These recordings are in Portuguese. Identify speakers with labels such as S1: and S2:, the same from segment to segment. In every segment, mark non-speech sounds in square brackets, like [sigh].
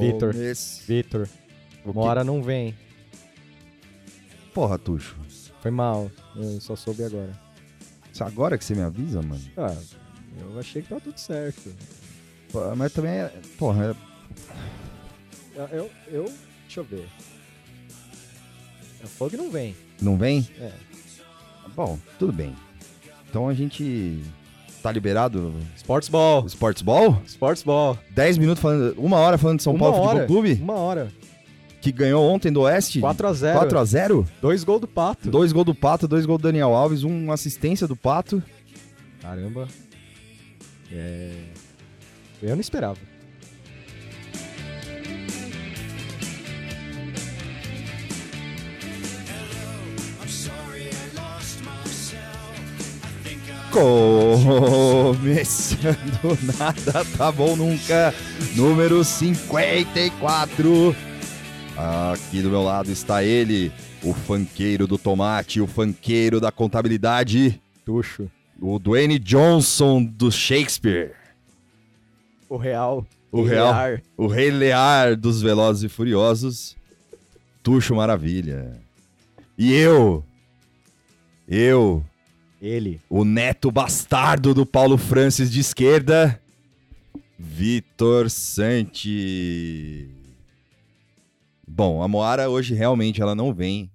S1: Vitor.
S2: Começo.
S1: Vitor,
S2: O
S1: uma hora não vem.
S2: que- Porra, Tuxo.
S1: Foi mal. Eu só soube agora.
S2: Isso Agora que você me avisa, mano.
S1: Ah, eu achei que tava tudo certo.
S2: Pô, Mas também é. Porra, é-
S1: Eu, eu, eu- deixa eu ver. É fogo que não vem.
S2: não vem?
S1: É.
S2: Bom, tudo bem. Então a gente. Tá liberado
S1: Sports Ball.
S2: o Sports Ball?
S1: Sports Ball.
S2: 10 minutos falando. Uma hora falando de São
S1: Uma
S2: Paulo
S1: hora.
S2: Futebol Clube,
S1: Uma hora.
S2: que ganhou ontem do Oeste.
S1: 4x0.
S2: 4 a 0
S1: Dois gols do Pato.
S2: Dois gols do Pato, dois gols do Daniel Alves, uma assistência do Pato.
S1: Caramba. É... Eu não esperava.
S2: Começando [laughs] nada, tá bom nunca. Número 54. Aqui do meu lado está ele, o fanqueiro do tomate, o fanqueiro da contabilidade,
S1: Tuxo.
S2: o Dwayne Johnson do Shakespeare,
S1: O Real.
S2: O Real. o rei Lear dos Velozes e Furiosos, Tuxo Maravilha. E eu, eu,
S1: Ele.
S2: O neto bastardo do Paulo Francis de esquerda, Vitor Santi. Bom, a Moara hoje realmente ela não vem,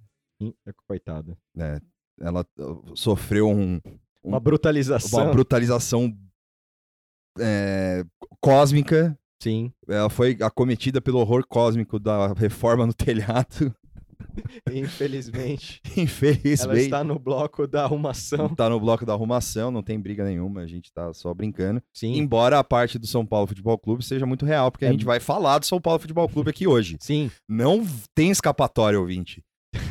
S1: é Coitado.
S2: né? Ela uh, sofreu um-
S1: Uma
S2: uma
S1: brutalização.
S2: brutalização é, cósmica.
S1: Sim.
S2: Ela foi acometida pelo horror cósmico da reforma no telhado.
S1: [laughs]
S2: [laughs]
S1: Infelizmente. Ela
S2: Infelizmente,
S1: está no bloco da arrumação.
S2: tá no bloco da arrumação, não tem briga nenhuma, a gente tá só brincando.
S1: Sim.
S2: Embora a parte do São Paulo Futebol Clube seja muito real, porque a
S1: É.
S2: gente vai falar do São Paulo Futebol Clube aqui hoje.
S1: Sim.
S2: Não tem escapatória, ouvinte.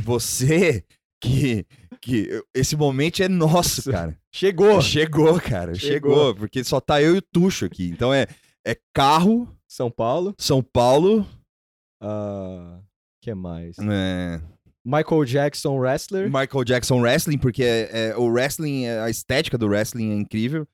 S2: Você que. que esse momento é nosso,
S1: Isso.
S2: cara.
S1: Chegou!
S2: Chegou, cara. Chegou.
S1: Chegou.
S2: Porque só tá eu e o Tuxo aqui. Então é, é carro,
S1: São Paulo.
S2: São Paulo.
S1: Ah, que mais?
S2: é,
S1: Michael Jackson Wrestler.
S2: Michael Jackson Wrestling, porque é, é, o wrestling, é, a estética do wrestling é incrível.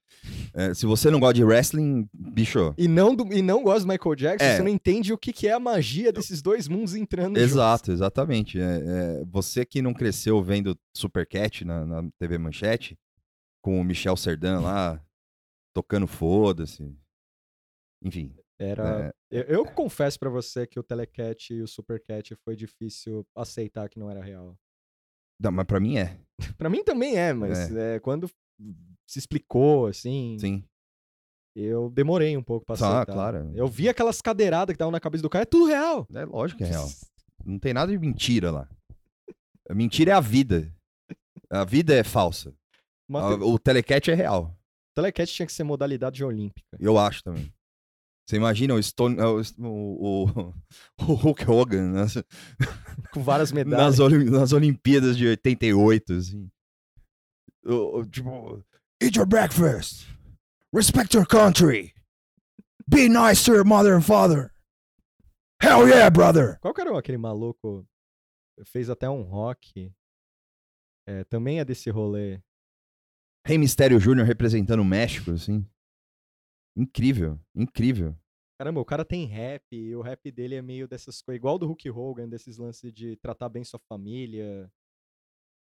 S2: É, se você não gosta de wrestling, bicho.
S1: E não, do- e não gosta do Michael Jackson,
S2: É.
S1: você não entende o que, que é a magia desses dois mundos entrando
S2: Exato, exatamente. É, é, você que não cresceu vendo Supercat na, na TV Manchete, com o Michel Serdan lá, tocando foda-se. Enfim,
S1: juntos. Era...
S2: É.
S1: Eu, eu confesso pra você que o Telecat e o Supercat foi difícil aceitar que não era real.
S2: não, mas pra mim é,
S1: Pra mim também é, mas é, quando se explicou, assim,
S2: sim.
S1: eu demorei um pouco pra
S2: Tá,
S1: aceitar.
S2: claro.
S1: Eu vi aquelas cadeiradas que estavam na cabeça do cara, é tudo real!
S2: É lógico que é real. Não tem nada de mentira lá. A mentira é a vida. A vida é falsa. A-
S1: Mate-
S2: o telecat é real.
S1: Telecat tinha que ser modalidade olímpica.
S2: Eu acho também. Você imagina o Stone. O, o, [laughs] o Hulk Hogan né?
S1: [laughs] Com várias
S2: nas,
S1: medalhas.
S2: Olim- nas Olimpíadas de 88, assim. O- o- tipo, eat your breakfast, respect your country, be nice to your mother and father. Hell yeah, brother!
S1: Qual que era aquele maluco? Fez até um rock. É, também é desse rolê.
S2: Rei Mistério Júnior representando o México, assim. Incrível, incrível.
S1: Caramba, o cara tem rap e o rap dele é meio dessas coisas, igual do Hulk Hogan, desses lances de tratar bem sua família.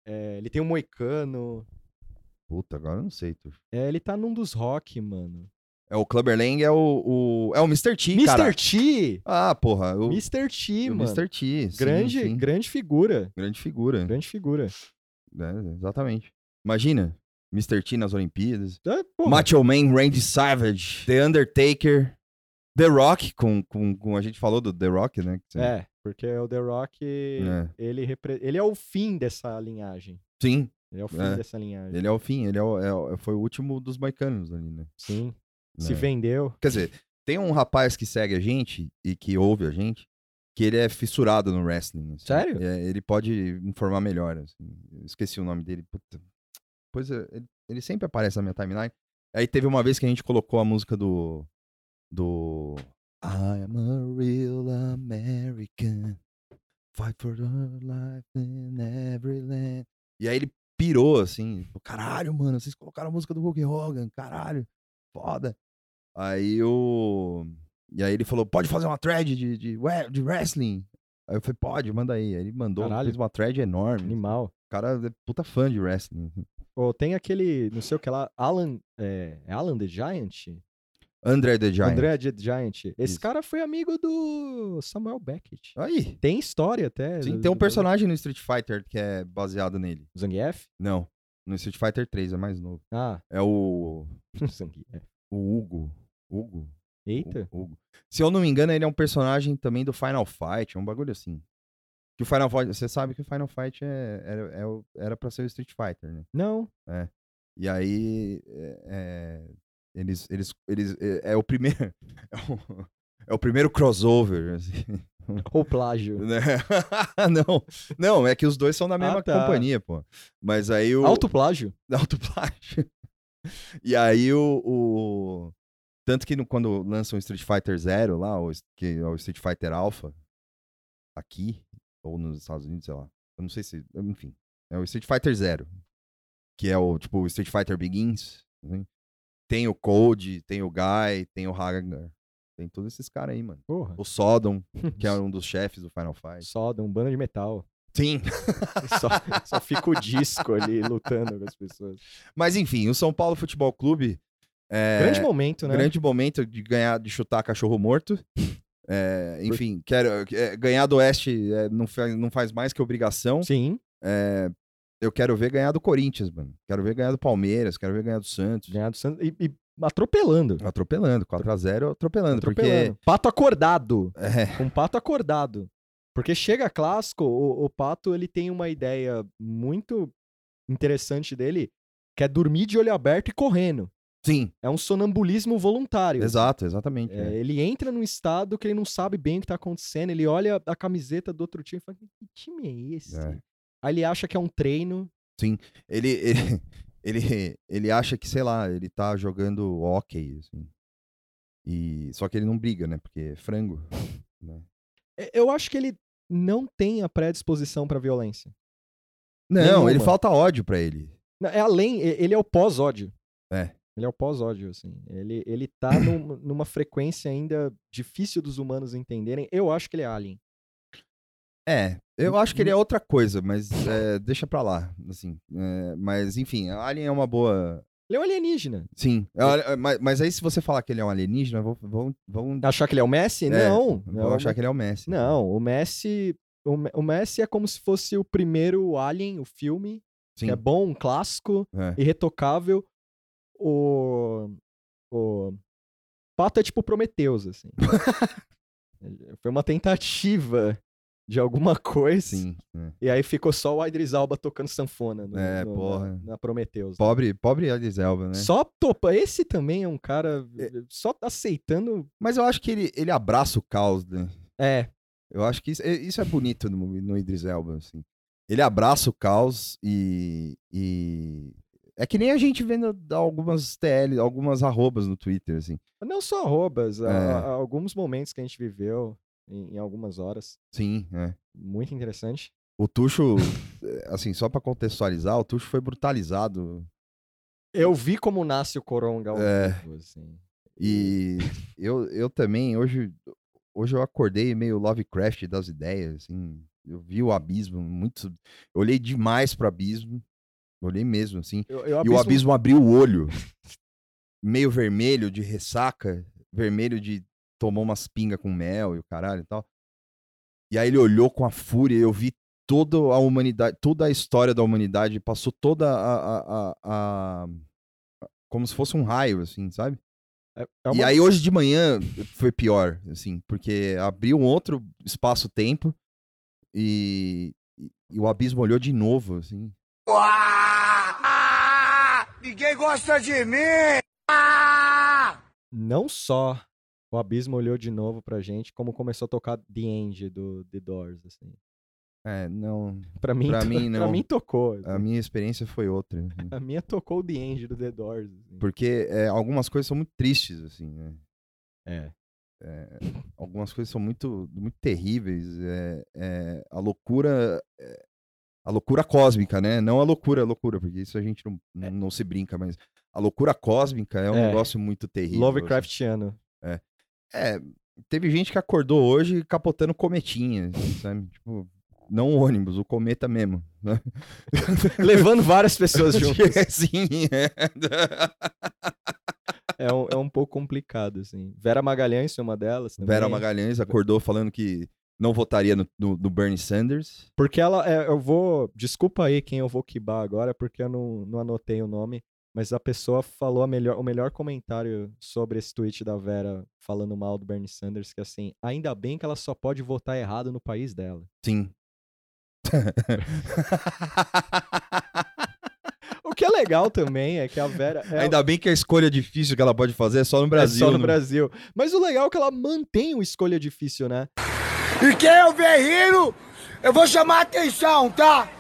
S1: É, ele tem um moicano.
S2: Puta, agora eu não sei, tu.
S1: É, ele tá num dos rock, mano.
S2: É o Clubber Lang, é o, o- É o Mr. T, cara.
S1: Mr. T!
S2: Ah, porra. O,
S1: Mr. T,
S2: o
S1: mano.
S2: Mr. T. sim,
S1: grande,
S2: sim.
S1: grande figura.
S2: grande figura.
S1: Grande figura.
S2: né, exatamente. Imagina, Mr. T nas Olimpíadas.
S1: É, pô,
S2: Macho Man, Randy Savage, The Undertaker, The Rock, com, com, com- a gente falou do The Rock, né? que você-
S1: é, porque o The Rock,
S2: É.
S1: ele, repre- ele é o fim dessa linhagem.
S2: Sim,
S1: Ele é o fim
S2: É.
S1: dessa linhagem.
S2: ele é o fim, ele é o- é o- foi o último dos moicanos ali, né?
S1: Sim. Se
S2: né.
S1: vendeu.
S2: Quer dizer, tem um rapaz que segue a gente e que ouve a gente, que ele é fissurado no wrestling. assim.
S1: Sério?
S2: É, ele pode informar melhor. assim. Eu esqueci o nome dele. Puta. Pois é, ele, ele sempre aparece na minha timeline. Aí teve uma vez que a gente colocou a música do. Do. I'm a real American. Fight for your life in every land. E aí ele pirou, assim. Falou, caralho, mano, vocês colocaram a música do Hulk Hogan, caralho. Foda. Aí o. E aí ele falou: pode fazer uma thread de, de, we- de wrestling? Aí eu falei, pode, manda aí. Aí ele mandou,
S1: Caralho.
S2: fez uma thread enorme.
S1: Animal.
S2: O cara é puta fã de wrestling. assim.
S1: Ou tem aquele, não sei o que lá, Alan. É, é Alan the Giant?
S2: André The Giant.
S1: André the Giant. Esse
S2: Isso.
S1: cara foi amigo do Samuel Beckett.
S2: Aí.
S1: Tem história até.
S2: Sim,
S1: do-
S2: tem um
S1: do-
S2: personagem no Street Fighter que é baseado nele.
S1: Zangief?
S2: Não. No Street Fighter 3, é mais novo.
S1: Ah, [laughs]
S2: É o.
S1: Zangief.
S2: O Hugo. Hugo?
S1: Eita.
S2: Hu- Hugo. Se eu não me engano, ele é um personagem também do Final Fight, é um bagulho assim. Que o Final Fight, você sabe que o Final Fight é, era, é o- era pra ser o Street Fighter, né? [laughs]
S1: Não.
S2: E aí, é, é, eles, eles, eles, é, é o primeiro, [laughs] é o, é o primeiro crossover, assim, [laughs]
S1: Ou plágio.
S2: né? [laughs] não, não, é que os dois são da mesma
S1: tá.
S2: companhia, pô. Mas aí o...
S1: [laughs] Alto plágio?
S2: [laughs] Autoplágio. E aí o, o- Tanto que no- quando lançam o Street Fighter Zero lá, o, que é o Street Fighter Alpha, aqui, ou nos Estados Unidos, sei lá. Eu não sei se. Enfim. É o Street Fighter Zero. Que é o, tipo, o Street Fighter Begins. assim. Tem o Code, tem o Guy, tem o Hagar. Tem todos esses caras aí, mano.
S1: Porra.
S2: O Sodom, que é um dos chefes do Final Fight.
S1: Soda, um bando de metal. [laughs]
S2: Sim. [laughs]
S1: Só, só fica o disco ali lutando com as pessoas.
S2: Mas enfim, o São Paulo Futebol Clube. É...
S1: Grande momento, né?
S2: Grande momento de ganhar, de chutar cachorro morto. [laughs] É, enfim, quero é, ganhar do Oeste é, não, faz, não faz mais que obrigação.
S1: Sim,
S2: É, eu quero ver ganhar do Corinthians, mano. Quero ver ganhar do Palmeiras, quero ver ganhar do Santos.
S1: ganhar do Santos. E, e atropelando.
S2: Atropelando, 4x0 atropelando,
S1: Atropelando. Pato acordado.
S2: porque. [laughs] É,
S1: Um pato acordado. Porque chega clássico, o, o pato ele tem uma ideia muito interessante dele, que é dormir de olho aberto e correndo.
S2: sim,
S1: É um sonambulismo voluntário.
S2: exato, exatamente.
S1: É,
S2: é.
S1: ele entra num estado que ele não sabe bem o que tá acontecendo. Ele olha a camiseta do outro time e fala: Que time é esse?
S2: É.
S1: Aí ele acha que é um treino.
S2: Ele, ele, [laughs] ele, ele acha que, sei lá, ele tá jogando hockey, assim. E, só que ele não briga, né? Porque é frango.
S1: É, Eu acho que ele não tem a predisposição pra violência.
S2: Não,
S1: Nenhuma.
S2: ele falta ódio pra ele.
S1: Não, É além, e- ele é o pós-ódio.
S2: É.
S1: Ele é o pós-ódio, assim. Ele, ele tá
S2: [coughs]
S1: num- numa frequência ainda difícil dos humanos entenderem. Eu acho que ele é alien.
S2: É, eu
S1: N-
S2: acho que ele é outra coisa, mas é, deixa pra lá, assim. é, mas, enfim, Alien é uma boa...
S1: Ele é um alienígena.
S2: Sim, é, olha, é, mas, mas aí se você falar que ele é um alienígena, vão, vão, vão,
S1: Achar que ele é o Messi?
S2: É,
S1: não.
S2: vão achar que ele é o Messi.
S1: Não, o Messi. O, Me- o Messi é como se fosse o primeiro Alien, o filme.
S2: Sim,
S1: Que é bom, um clássico,
S2: é.
S1: irretocável. O. O. Pato é tipo Prometeus,
S2: [laughs]
S1: assim. Foi uma tentativa de alguma coisa.
S2: sim. é.
S1: E aí ficou só o Idris Alba tocando sanfona no,
S2: É,
S1: no-
S2: porra.
S1: na, na Prometheus. né?
S2: Pobre, pobre Idris Elba, né?
S1: Só topa. Esse também é um cara
S2: É.
S1: eh, só tá aceitando.
S2: Mas eu acho que ele, ele abraça o caos, né?
S1: É,
S2: Eu acho que isso, é- isso é bonito no, no Idris Elba, assim. Ele abraça o caos e, e... É que nem a gente vendo algumas TL, algumas arrobas no Twitter, assim.
S1: não só arrobas, há-
S2: É.
S1: há alguns momentos que a gente viveu em, em algumas horas.
S2: Sim, é.
S1: Muito interessante.
S2: O Tuxo, eh, assim, só pra contextualizar, o Tuxo foi brutalizado.
S1: Eu vi como nasce o Coronga ao
S2: É.
S1: vivo, assim.
S2: E eu, eu também, hoje, hoje eu acordei meio Lovecraft das ideias, assim. Eu vi o abismo muito. Eu olhei demais pro abismo. Olhei mesmo, assim.
S1: Eu, eu
S2: E o abismo abriu o olho. Meio vermelho de ressaca, vermelho de tomou umas pingas com mel e o caralho e tal. E aí ele olhou com a fúria, e eu vi toda a humanidade, toda a história da humanidade, passou toda a. a- a- a- como se fosse um raio, assim, sabe?
S1: é- é
S2: E
S1: uma-
S2: aí hoje de manhã foi pior, assim, porque abriu um outro espaço-tempo e, e- e o abismo olhou de novo, assim.
S3: Ah, Ninguém gosta de mim! Ah!
S1: Não só o Abismo olhou de novo pra gente, como começou a tocar The End do The Doors, assim.
S2: É, não.
S1: Pra mim,
S2: Pra
S1: [laughs] to-
S2: mim,
S1: pra
S2: não.
S1: mim tocou. assim.
S2: A minha experiência foi outra. assim.
S1: A minha tocou o The End do The Doors. assim.
S2: Porque é, algumas coisas são muito tristes, assim, né?
S1: É.
S2: Algumas coisas são muito, muito terríveis. é- é, a loucura é, a loucura cósmica, né? Não a loucura, a loucura, porque isso a gente não, não, não se brinca, mas a loucura cósmica é um
S1: É.
S2: negócio muito terrível.
S1: Lovecraftiano.
S2: assim. É, teve gente que acordou hoje capotando cometinhas, sabe? Tipo, não o ônibus, o cometa mesmo.
S1: [laughs]
S2: Né?
S1: Levando
S2: [laughs]
S1: várias pessoas juntas.
S2: Sim, assim, é.
S1: É um, é um pouco complicado, assim. Vera Magalhães foi uma delas também.
S2: Vera Magalhães acordou falando que não votaria no, no- no Bernie Sanders.
S1: Porque ela, é, eu vou, desculpa aí quem eu vou quibar agora, porque eu não, não anotei o nome, mas a pessoa falou a melhor, o melhor comentário sobre esse tweet da Vera falando mal do Bernie Sanders, que assim, ainda bem que ela só pode votar errado no país dela.
S2: Sim.
S1: O que é legal também é que a Vera... é-
S2: Ainda bem que a escolha difícil que ela pode fazer é só no Brasil.
S1: É só no
S2: não-
S1: Brasil. Mas o legal é que ela mantém o escolha difícil, né?
S3: E quem eu ver rindo, eu vou chamar a atenção, tá?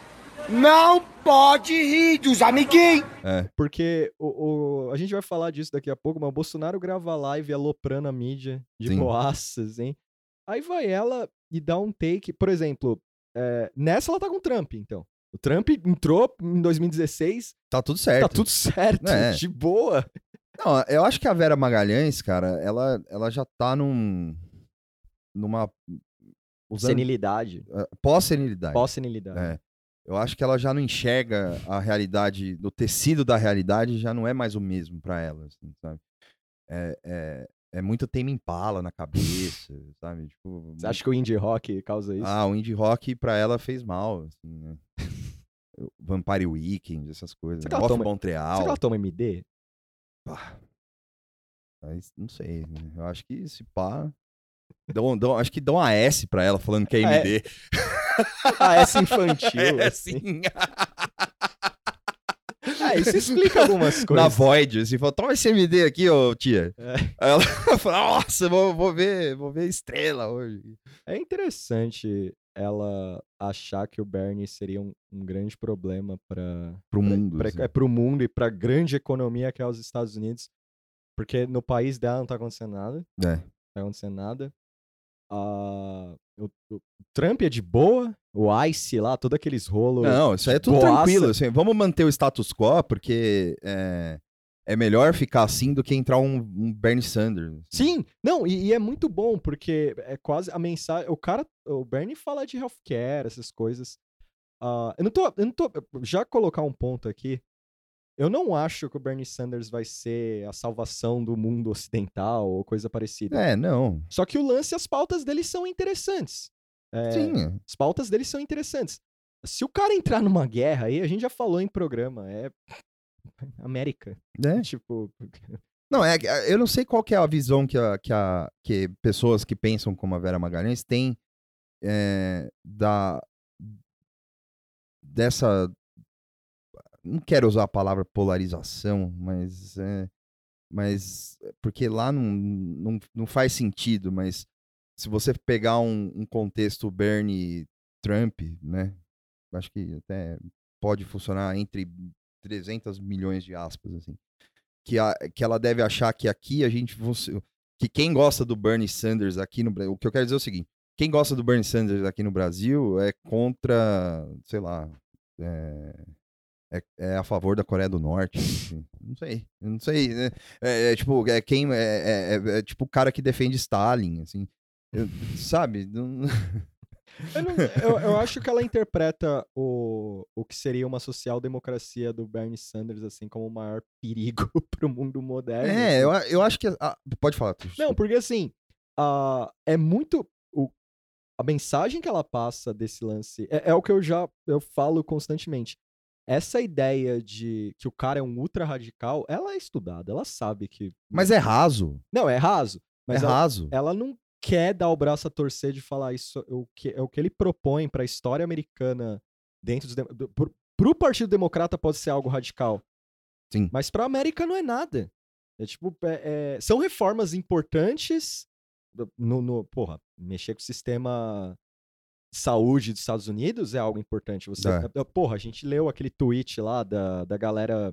S3: Não pode rir dos amiguinhos.
S2: É.
S1: Porque o, o- a gente vai falar disso daqui a pouco, mas o Bolsonaro grava live aloprando a mídia de
S2: Sim.
S1: boaças, hein? Aí vai ela e dá um take. Por exemplo, é, nessa ela tá com o Trump, então. O Trump entrou em 2016,
S2: Tá tudo certo.
S1: tá tudo certo,
S2: É.
S1: [laughs] de boa.
S2: Não, eu acho que a Vera Magalhães, cara, ela, ela já tá num. numa. usando-
S1: Senilidade.
S2: eh, Pós-senilidade.
S1: Pós-senilidade.
S2: É. Eu acho que ela já não enxerga a realidade, o tecido da realidade já não é mais o mesmo pra ela, assim, sabe? É, é, é muito tema impala na cabeça,
S1: [laughs]
S2: sabe? Tipo,
S1: Você acha que o indie rock causa isso?
S2: Ah, o indie rock pra ela fez mal, assim, né? [laughs] O Vampire Weekend, essas coisas.
S1: Será
S2: Né?
S1: que ela
S2: Off
S1: toma-
S2: Montreal.
S1: Será que ela
S2: [laughs]
S1: toma MD?
S2: Pá. Mas não sei, né? Eu acho que se pá. Dão, dão- acho que dão a S pra ela falando que é
S1: [laughs] É,
S2: MD.
S1: Ah, essa infantil.
S2: É,
S1: [laughs] assim.
S2: sim.
S1: Ah, isso explica
S2: [laughs]
S1: algumas
S2: Na
S1: coisas.
S2: Void, assim, falou, toma esse MD aqui, ô tia.
S1: É.
S2: Aí ela [laughs] fala, nossa, vou, vou ver, vou ver estrela hoje.
S1: É interessante ela achar que o Bernie seria um, um grande problema para
S2: Pro mundo. assim.
S1: é, o mundo e para a grande economia que é os Estados Unidos, porque no país dela não tá acontecendo nada, não
S2: É.
S1: tá acontecendo nada. Ah, o, o Trump é de boa, o ICE lá, todos aqueles rolos.
S2: Não, isso aí é tudo
S1: Boaça.
S2: tranquilo. assim, vamos manter o status quo, porque é, é melhor ficar assim do que entrar um, um Bernie Sanders.
S1: Sim, não, e, e é muito bom, porque é quase a mensagem. O cara, o Bernie fala de healthcare, essas coisas. Ah, eu não tô, eu não tô. Já colocar um ponto aqui. Eu não acho que o Bernie Sanders vai ser a salvação do mundo ocidental ou coisa parecida.
S2: É, não.
S1: Só que o lance, as pautas dele são interessantes. É,
S2: Sim.
S1: As pautas dele são interessantes. Se o cara entrar numa guerra aí, a gente já falou em programa, é. [laughs] América.
S2: É.
S1: Tipo,
S2: Não, é, que, ah, eu não sei qual que é a visão que, a, que, a, que pessoas que pensam como a Vera Magalhães têm é, da dessa não quero usar a palavra polarização, mas é, mas é porque lá não, não, não faz sentido, mas se você pegar um, um contexto Bernie Trump, né? Acho que até pode funcionar entre 300 milhões de aspas assim que, a- que ela deve achar que aqui a gente funci- que quem gosta do Bernie Sanders aqui no Brasil, o que eu quero dizer é o seguinte, quem gosta do Bernie Sanders aqui no Brasil é contra, sei lá, é, é, é a favor da Coreia do Norte, enfim. não sei, eu não sei, né? é, é tipo é quem é, é- é- é tipo o cara que defende Stalin, assim, Eu- sabe? Não-
S1: Eu, não- eu- eu acho que ela interpreta o, o que seria uma social-democracia do Bernie Sanders assim como o maior perigo [laughs] pro mundo moderno.
S2: [laughs] É,
S1: assim.
S2: eu, a- eu acho que ah, pode falar. Tuxo,
S1: Não,
S2: desculpa.
S1: porque assim, a, é muito. O, a mensagem que ela passa desse lance é, é o que eu já eu falo constantemente. Essa ideia de que o cara é um ultra radical, ela é estudada, ela sabe que.
S2: mas é raso,
S1: Não, é raso. Mas
S2: é
S1: ela,
S2: raso.
S1: ela não quer dar o braço a torcer de falar isso. O que, é o que ele propõe para a história americana dentro dos dem- do, pro, pro Partido Democrata pode ser algo radical.
S2: Sim.
S1: Mas para a América não é nada. É tipo, é- é- são reformas importantes no, no- porra, mexer com o sistema de saúde dos Estados Unidos é algo importante. Você,
S2: É.
S1: porra, a gente leu aquele tweet lá da, da galera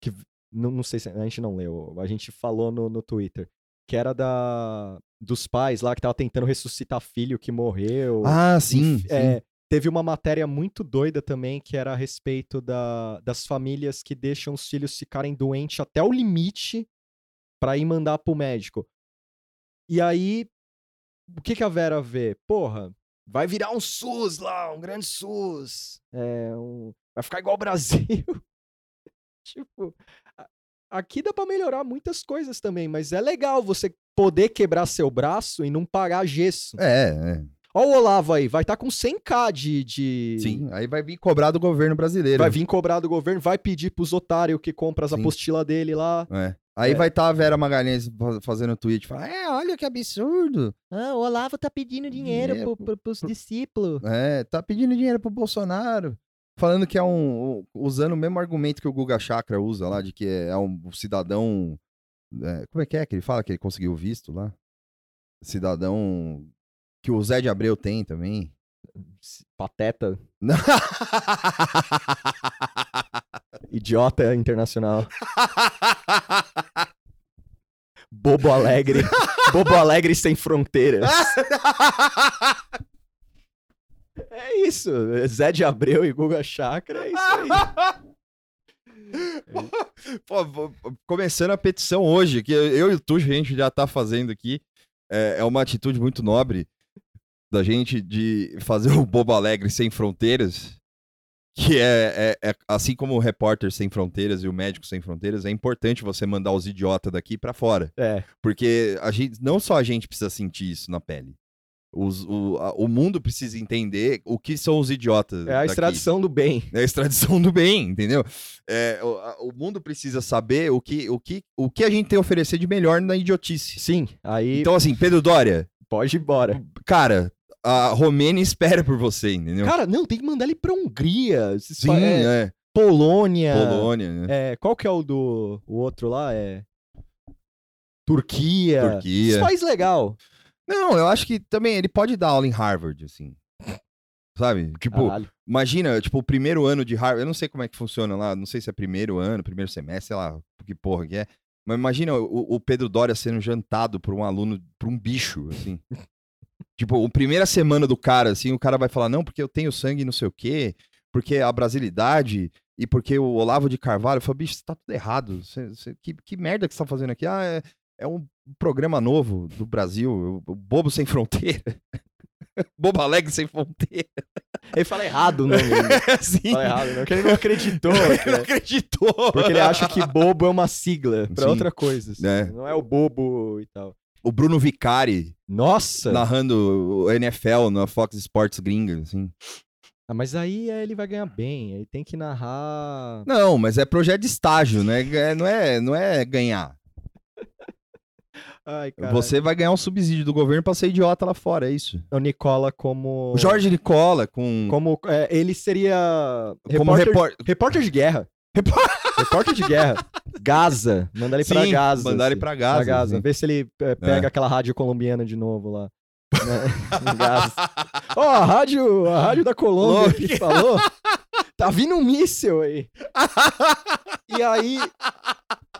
S1: que v- não, não sei se a gente não leu, a gente falou no, no Twitter que era da dos pais lá que tava tentando ressuscitar filho que morreu.
S2: Ah, sim.
S1: Enf- é, Teve uma matéria muito doida também, que era a respeito da, das famílias que deixam os filhos ficarem doentes até o limite pra ir mandar pro médico. E aí, o que, que a Vera vê? Porra, vai virar um SUS lá, um grande SUS. É, um- Vai ficar igual o Brasil. [laughs] tipo, a- aqui dá pra melhorar muitas coisas também, mas é legal você poder quebrar seu braço e não pagar gesso.
S2: É, é.
S1: Ó o Olavo aí, vai estar com 100k de... de-
S2: Sim, aí vai vir cobrar do governo brasileiro.
S1: Vai vir cobrar do governo, vai pedir pros otários que compram as
S2: Sim.
S1: apostilas dele lá.
S2: É. Aí
S1: É.
S2: vai estar a Vera Magalhães fa- fazendo tweet, fala, é, olha que absurdo.
S4: Ah, o Olavo tá pedindo dinheiro,
S2: Dinheiro
S4: pro, pro, pros discípulos.
S2: É, tá pedindo dinheiro pro Bolsonaro. Falando que é um. um- Usando o mesmo argumento que o Guga Chakra usa lá, de que é, é um cidadão. é, como é que é que ele fala que ele conseguiu o visto lá? Cidadão. Que o Zé de Abreu tem
S1: [laughs]
S2: também. [laughs]
S1: Pateta,
S2: Não.
S1: idiota internacional.
S2: [laughs]
S1: Bobo alegre. Bobo alegre sem fronteiras. é isso. Zé de Abreu e Guga Chakra, é isso aí.
S2: [laughs] Pô, vou- começando a petição hoje, que eu e o Tuxo, a gente já tá fazendo aqui, é, é uma atitude muito nobre da gente de fazer o Bobo Alegre Sem Fronteiras, que é, é- é- assim como o Repórter Sem Fronteiras e o Médico Sem Fronteiras, é importante você mandar os idiotas daqui pra fora.
S1: É.
S2: Porque a gente, não só a gente precisa sentir isso na pele. Os- o, a- o mundo precisa entender o que são os idiotas.
S1: É a
S2: daqui.
S1: extradição do bem.
S2: É a extradição do bem, entendeu? É, o, a- o mundo precisa saber o que, o, que, o que a gente tem a oferecer de melhor na idiotice.
S1: Sim, aí
S2: Então, assim, Pedro Dória,
S1: pode ir embora.
S2: cara, a Romênia espera por você, entendeu?
S1: Cara, não, tem que mandar ele pra Hungria, esses
S2: Sim,
S1: pa- é,
S2: é.
S1: Polônia.
S2: Polônia, né?
S1: É, qual que é o do o outro lá? É Turquia.
S2: Turquia.
S1: Esse país legal.
S2: Não, eu acho que também ele pode dar aula em Harvard, assim. Sabe? Tipo,
S1: Caralho.
S2: imagina, tipo, o primeiro ano de Harvard. Eu não sei como é que funciona lá, não sei se é primeiro ano, primeiro semestre, sei lá, que porra que é. Mas imagina o, o Pedro Dória sendo jantado por um aluno, por um bicho, assim. tipo, a primeira semana do cara, assim, o cara vai falar, não, porque eu tenho sangue não sei o quê, porque a brasilidade e porque o Olavo de Carvalho. Eu falo, bicho, tá tudo errado. Você- você- que, que merda que você tá fazendo aqui? Ah, é, é um programa novo do Brasil, o Bobo Sem Fronteira. [laughs] Bobo Alegre Sem Fronteira. [laughs]
S1: Ele fala errado o nome. Ele
S2: assim,
S1: fala errado, não, que ele
S2: [laughs]
S1: não acreditou.
S2: ele
S1: [laughs]
S2: não
S1: cara.
S2: acreditou.
S1: Porque ele acha que bobo é uma sigla pra
S2: Sim.
S1: outra coisa. assim.
S2: É.
S1: Não é o bobo e tal.
S2: O Bruno Vicari
S1: Nossa!
S2: narrando o NFL na Fox Sports gringa, assim.
S1: Ah, mas aí é, ele vai ganhar bem. Ele tem que narrar.
S2: Não, mas é projeto de estágio, né? É- não, é, não é ganhar.
S1: Ai, cara.
S2: Você vai ganhar um subsídio do governo pra ser idiota lá fora, é isso.
S1: O Nicola como.
S2: O Jorge Nicola com...
S1: Como, é, ele seria.
S2: Como
S1: repórter,
S2: repórter-
S1: repórter de guerra.
S2: Repor-
S1: repórter de guerra. Gaza. Manda ele pra
S2: Sim,
S1: Gaza.
S2: Mandar ele
S1: assim.
S2: pra Gaza.
S1: Pra Gaza.
S2: assim.
S1: Vê se ele é, pega aquela rádio colombiana de novo lá.
S2: [laughs]
S1: Né? Em Gaza.
S2: assim.
S1: Ó, a, rádio, a rádio da Colômbia que falou. Tá vindo um míssil aí. E aí,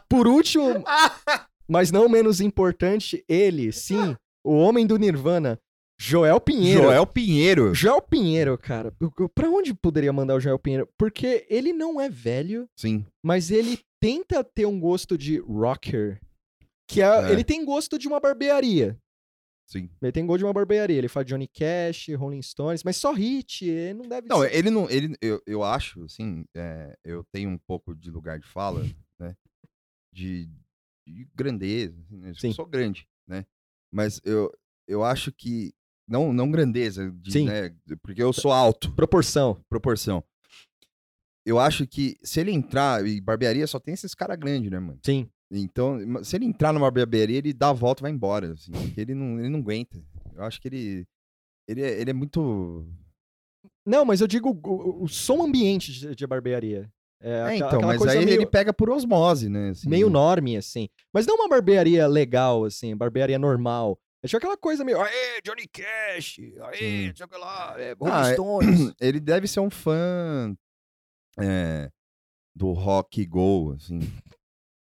S1: por último, mas não menos importante, ele, sim, o homem do Nirvana, Joel Pinheiro.
S2: Joel Pinheiro.
S1: Joel Pinheiro, cara. Pra onde poderia mandar o Joel Pinheiro? Porque ele não é velho
S2: Sim.
S1: mas ele tenta ter um gosto de rocker. Que é,
S2: É.
S1: ele tem gosto de uma barbearia.
S2: Sim.
S1: Ele tem gosto de uma barbearia. Ele faz Johnny Cash, Rolling Stones, mas só hit. Ele não deve
S2: Não,
S1: ser.
S2: ele não. Ele, eu, eu acho, assim, é, eu tenho um pouco de lugar de fala, né? De, de grandeza. assim, né, eu
S1: Sim.
S2: sou grande, né? Mas eu, eu acho que. Não, não grandeza, de,
S1: Sim.
S2: né? Porque eu sou alto,
S1: Proporção.
S2: proporção. Eu acho que se ele entrar, e barbearia só tem esses caras grandes, né, mano?
S1: Sim.
S2: Então, ma- se ele entrar numa barbearia, ele dá a volta e vai embora, assim. porque Ele não, ele não aguenta. Eu acho que ele. Ele é, ele é muito.
S1: Não, mas eu digo o, o- o som ambiente de, de barbearia. É, aqua-
S2: É, então,
S1: aquela
S2: mas
S1: coisa
S2: aí
S1: meio,
S2: ele pega por osmose, né? assim.
S1: meio norme, assim. Mas não uma barbearia legal, assim, barbearia normal. É tipo aquela coisa meio. Aê, Johnny Cash! Aê,
S2: Sim.
S1: não sei o que lá, é, Rolling
S2: Ah, é-
S1: Stones.
S2: Ele deve ser um fã é, do rock go, assim.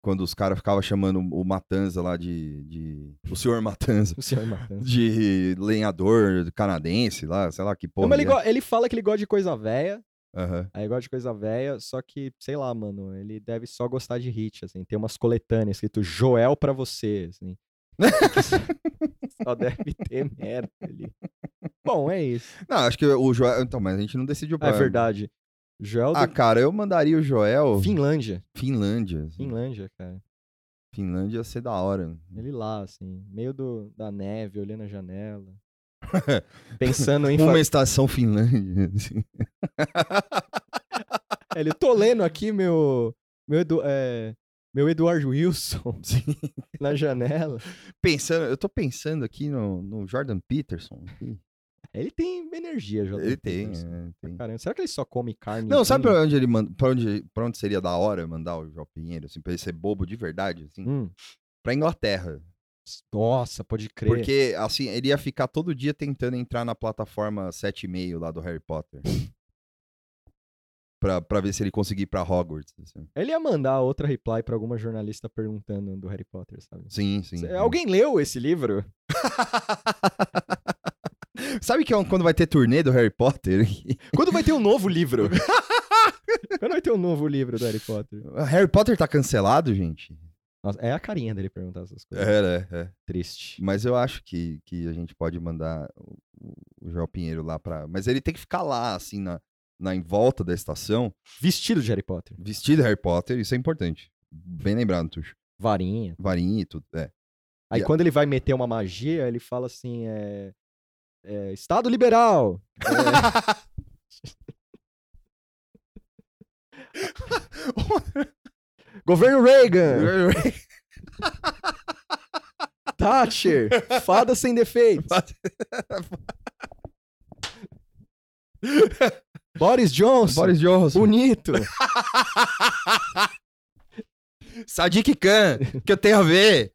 S2: Quando os caras ficavam chamando o Matanza lá de, de. [laughs] O né? senhor
S1: [laughs]
S2: Matanza.
S1: O senhor Matanza.
S2: De lenhador canadense lá, sei lá que porra.
S1: Não, mas
S2: que
S1: ele, go- ele fala que ele gosta de coisa velha,
S2: é. Aham.
S1: aí gosta de coisa velha, só que, sei lá, mano, ele deve só gostar de hit, assim. Tem umas coletâneas escrito Joel pra você, assim. [laughs] só deve ter merda ali. Bom, é isso.
S2: Não, acho que o Joel. Então, mas a gente não decidiu
S1: Ah, é
S2: pra-
S1: verdade. Joel
S2: Ah,
S1: do...
S2: cara, eu mandaria o Joel.
S1: Finlândia.
S2: Finlândia. assim.
S1: Finlândia, cara.
S2: Finlândia ia ser da hora. né?
S1: Ele lá, assim, meio do, da neve, olhando
S2: [laughs]
S1: a janela. Pensando em. fa-
S2: Uma estação Finlândia. assim.
S1: [laughs] Ele, tô lendo aqui meu. Meu, Edu, é, meu Eduardo Wilson [laughs] na janela.
S2: Pensando, eu tô pensando aqui no, no Jordan Peterson. aqui.
S1: Ele tem energia, Jordan
S2: Ele tem,
S1: Peterson.
S2: é, tem.
S1: né, Caramba, será que ele só come carne?
S2: Não, sabe pra onde ele manda, pra onde, pra onde seria da hora mandar o João Pinheiro, assim, pra ele ser bobo de verdade, assim?
S1: Hum,
S2: Pra Inglaterra.
S1: nossa, pode crer.
S2: Porque, assim, ele ia ficar todo dia tentando entrar na plataforma 7,5 lá do Harry Potter. pra, pra ver se ele conseguir ir pra Hogwarts. assim.
S1: Ele ia mandar outra reply pra alguma jornalista perguntando do Harry Potter, sabe?
S2: Sim, sim.
S1: Cê-
S2: sim.
S1: Alguém leu esse livro?
S2: Sabe que é um- quando vai ter turnê do Harry Potter?
S1: Quando vai ter um novo livro? Quando vai ter um novo livro do Harry Potter?
S2: [laughs] Harry Potter tá cancelado, gente?
S1: Nossa, é a carinha dele perguntar essas coisas.
S2: É, é, é.
S1: Triste.
S2: Mas eu acho que, que a gente pode mandar o, o João Pinheiro lá pra. Mas ele tem que ficar lá, assim, na, na em volta da estação,
S1: Vestido de Harry Potter.
S2: vestido de Harry Potter, isso é importante. Bem lembrado, Tuxo.
S1: Varinha.
S2: Varinha e tudo. [laughs] É.
S1: Aí
S2: Yeah.
S1: quando ele vai meter uma magia, ele fala assim: é. é, Estado liberal! Governo
S2: É.
S1: Reagan!
S2: [laughs]
S1: Thatcher! Fada sem defeitos!
S2: [laughs]
S1: Boris Johnson!
S2: Boris Johnson. [laughs]
S1: Bonito!
S2: Sadiq Khan, que eu tenho a ver.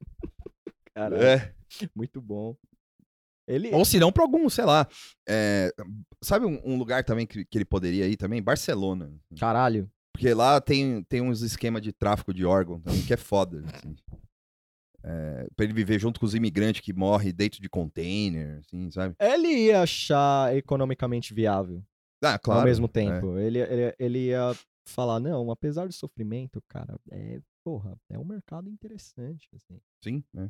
S1: Caralho,
S2: É.
S1: muito bom. Ele.
S2: Ou se não, pra algum, sei lá. É, sabe um, um lugar também que, que ele poderia ir também? Barcelona.
S1: Caralho.
S2: Porque lá tem, tem uns esquema de tráfico de órgão também, que é foda. Assim. É, pra ele viver junto com os imigrantes que morrem dentro de container, assim, sabe?
S1: Ele ia achar economicamente viável
S2: Ah, claro.
S1: ao mesmo tempo. Ele, ele, ele ia falar: não, apesar do sofrimento, cara, é. Porra, é um mercado interessante, assim.
S2: Sim, né?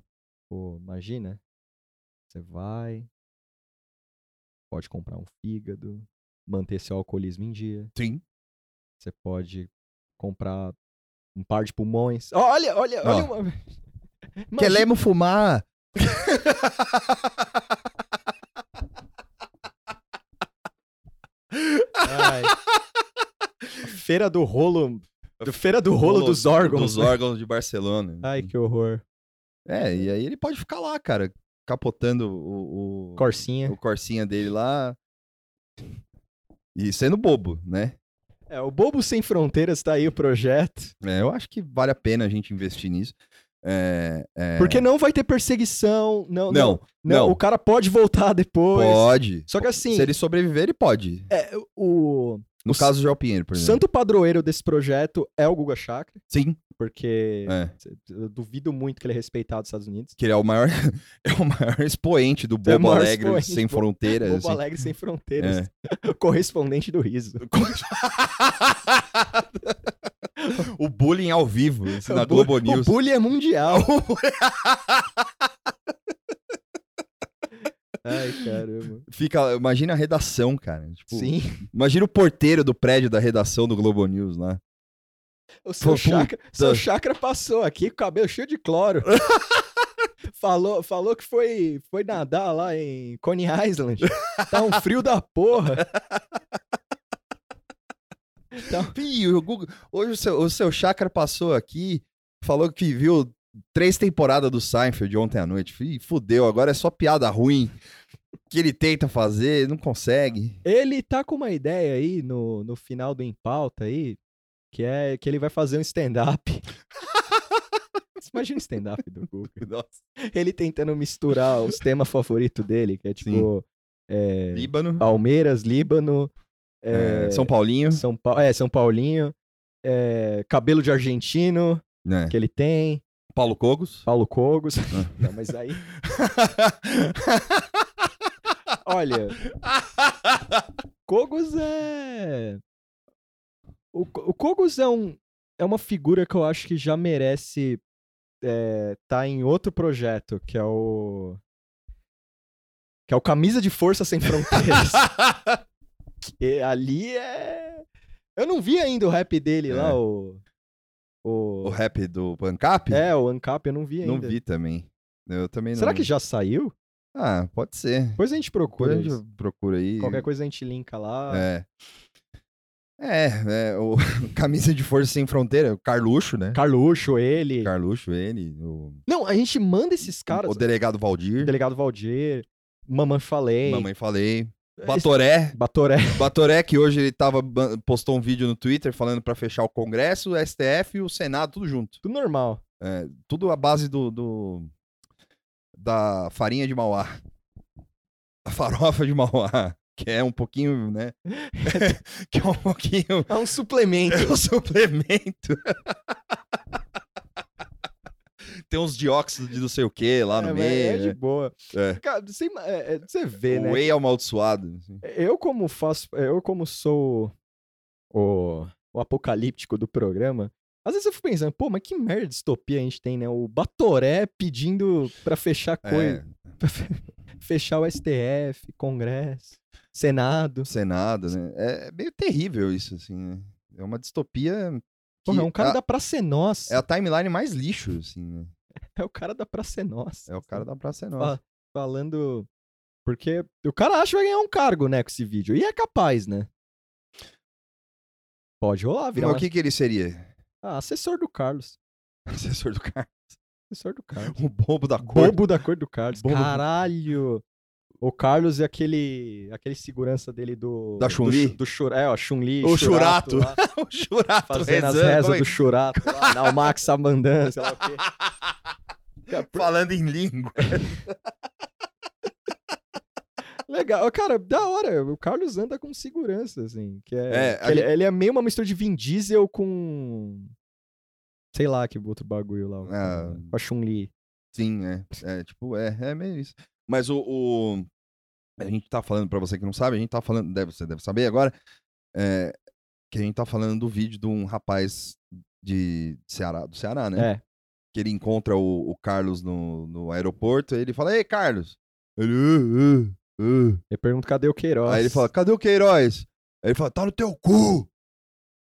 S1: Pô, imagina. Você vai. Pode comprar um fígado. Manter seu alcoolismo em dia.
S2: Sim.
S1: Você pode comprar um par de pulmões. Ó, Olha, olha, olha.
S2: Ó.
S1: [laughs] Uma... Imagina-
S2: Queremos
S1: [laughs]
S2: fumar.
S1: Ai. A Feira do rolo. do- Feira do rolo, dos [laughs]
S2: Dos
S1: órgãos. né?
S2: órgãos de Barcelona.
S1: Ai, que horror.
S2: É, e aí ele pode ficar lá, cara, capotando o, o,
S1: Corsinha.
S2: o corsinha dele lá. E sendo bobo, né?
S1: É, o Bobo Sem Fronteiras tá aí o projeto.
S2: É, eu acho que vale a pena a gente investir nisso. É, é,
S1: Porque não vai ter perseguição. Não, não.
S2: Não, não.
S1: O cara pode voltar Então, depois.
S2: pode.
S1: Só que assim,
S2: Se ele sobreviver, ele pode.
S1: é, o.
S2: No
S1: s-
S2: caso do João Pinheiro, por
S1: O
S2: exemplo.
S1: santo padroeiro desse projeto é o Guga Chakra,
S2: Sim.
S1: porque
S2: É.
S1: eu duvido muito que ele é respeitado nos Estados Unidos.
S2: Que ele é o maior, [laughs] é o maior expoente do
S1: É o
S2: Bobo
S1: maior
S2: Alegre
S1: expoente,
S2: Sem
S1: Bo-
S2: Fronteiras. É.
S1: Bobo Alegre Sem Fronteiras, [laughs] correspondente do riso.
S2: assim. [laughs] o bullying ao vivo assim, na
S1: O bu-
S2: Globo News.
S1: O bullying
S2: [laughs]
S1: é mundial. Ai, caramba.
S2: Fica, imagina a redação, cara. Tipo,
S1: Sim,
S2: Imagina o porteiro do prédio da redação do Globo News lá.
S1: o seu
S2: Pô,
S1: chakra, seu chakra passou aqui com o cabelo cheio
S2: [laughs]
S1: de cloro. falou, falou que foi, foi nadar lá em Coney Island. Tá um frio da porra.
S2: Ih, o Guga- hoje o seu, o seu chakra passou aqui, falou que viu três temporadas do Seinfeld ontem à noite. Ih, fudeu, agora é só piada ruim que ele tenta fazer, não consegue.
S1: Ele tá com uma ideia aí no, no final do Em Pauta aí, que é que ele vai fazer
S2: [laughs]
S1: um stand-up. Você Imagina o stand-up do Guga.
S2: Nossa.
S1: Ele tentando misturar os temas favoritos dele, que é tipo é,
S2: Líbano,
S1: Palmeiras, Líbano,
S2: é,
S1: é,
S2: São Paulinho.
S1: São, Paulo, é, São Paulinho, é, cabelo de eh, argentino,
S2: né?
S1: que ele tem,
S2: Paulo
S1: [laughs]
S2: Cogos. [laughs]
S1: Paulo Cogos. Não, mas aí, olha, Cogos é. O, Co- o Cogos é, um, é uma figura que eu acho que já merece estar tá em outro projeto, que é o. Que é o Camisa de Força Sem
S2: [laughs]
S1: Fronteiras. que ali é. Eu não vi ainda o rap dele
S2: É.
S1: lá, o.
S2: o
S1: O.
S2: rap do Pancap?
S1: É, o Ancap, eu não vi ainda.
S2: Não vi também. Eu também não.
S1: Será que já saiu?
S2: Ah, pode ser.
S1: Depois a gente procura.
S2: Depois a
S1: isso.
S2: gente procura aí.
S1: Qualquer coisa a gente linka lá.
S2: É. É, é, o [laughs] Camisa de Força Sem Fronteira, o Carluxo, né?
S1: Carluxo, ele.
S2: Carluxo, ele, o,
S1: Não, a gente manda esses caras.
S2: o delegado Valdir,
S1: Delegado Valdir, Mamãe Falei,
S2: mamãe falei,
S1: esse-
S2: Batoré,
S1: Batoré. [laughs]
S2: Batoré que hoje ele tava, ban- postou um vídeo no Twitter falando pra fechar o Congresso, o STF e o Senado, tudo junto.
S1: Tudo normal.
S2: É, tudo à base do, do- da farinha de Mauá. A farofa de Mauá, [laughs] que é um pouquinho, né? [laughs] que é um pouquinho
S1: É um suplemento.
S2: É um suplemento. Tem uns dióxidos de não sei o que [laughs] lá no
S1: é, mas É
S2: meio.
S1: de boa.
S2: É.
S1: Cara, você, ima- é, é, você vê,
S2: O
S1: né?
S2: whey amaldiçoado. assim.
S1: Eu como faço, é, eu como sou o, o apocalíptico do programa, às vezes eu fico pensando, pô, mas que merda de distopia a gente tem, né? O Batoré pedindo pra fechar coisa,
S2: É,
S1: pra fe- fechar o STF, Congresso, Senado.
S2: do Senado, né? É, é meio terrível isso, assim, né? É uma distopia. Que
S1: Porra, é um cara
S2: é, a-
S1: da Praça é
S2: é
S1: Nossa.
S2: a timeline mais lixo, assim, né?
S1: [laughs] É o cara da Praça é Nossa.
S2: É o cara da Praça é
S1: Fala-
S2: Nossa.
S1: falando. Porque o cara acha que vai ganhar um cargo, né, com esse vídeo. E é capaz, né? Pode rolar, virar
S2: Mas
S1: um-
S2: o que, que ele seria? [laughs]
S1: Ah, assessor do Carlos.
S2: Assessor do
S1: [laughs]
S2: cara.
S1: Assessor
S2: [laughs]
S1: do Carlos.
S2: O bobo da cor.
S1: Bobo da cor do Carlos.
S2: Bobo.
S1: Caralho! O Carlos é aquele, aquele segurança dele do.
S2: Da
S1: do
S2: Chun-Li?
S1: Chu- Do, Chur- é, ó, Chun-Li.
S2: O Churato.
S1: Churato lá,
S2: o [laughs] jurado
S1: Fazendo
S2: rezando, como
S1: as rezas
S2: é
S1: do
S2: que-
S1: Churato.
S2: [laughs]
S1: lá, na- o Max Samandan, sei lá o quê.
S2: Falando em língua.
S1: Legal. Cara, da hora. O Carlos anda com segurança, assim. Que é,
S2: É,
S1: que
S2: a
S1: ele,
S2: gente-
S1: ele é meio uma mistura de Vin Diesel com. Sei lá que outro bagulho lá. o-
S2: Ah.
S1: Com a Chun-Li.
S2: Sim, é. É, tipo, é, é meio isso. Mas o, o- A gente tá falando, pra você que não sabe, a gente tá falando, deve, você deve saber agora, é, que a gente tá falando do vídeo de um rapaz de Ceará, do Ceará, né?
S1: É.
S2: Que ele encontra o, o Carlos no, no aeroporto e ele fala, ei, Carlos! Ele, "Ah, ah, ah."
S1: Eu pergunto cadê o Queiroz?
S2: Aí ele fala, cadê o Queiroz? Aí ele fala, tá no teu cu!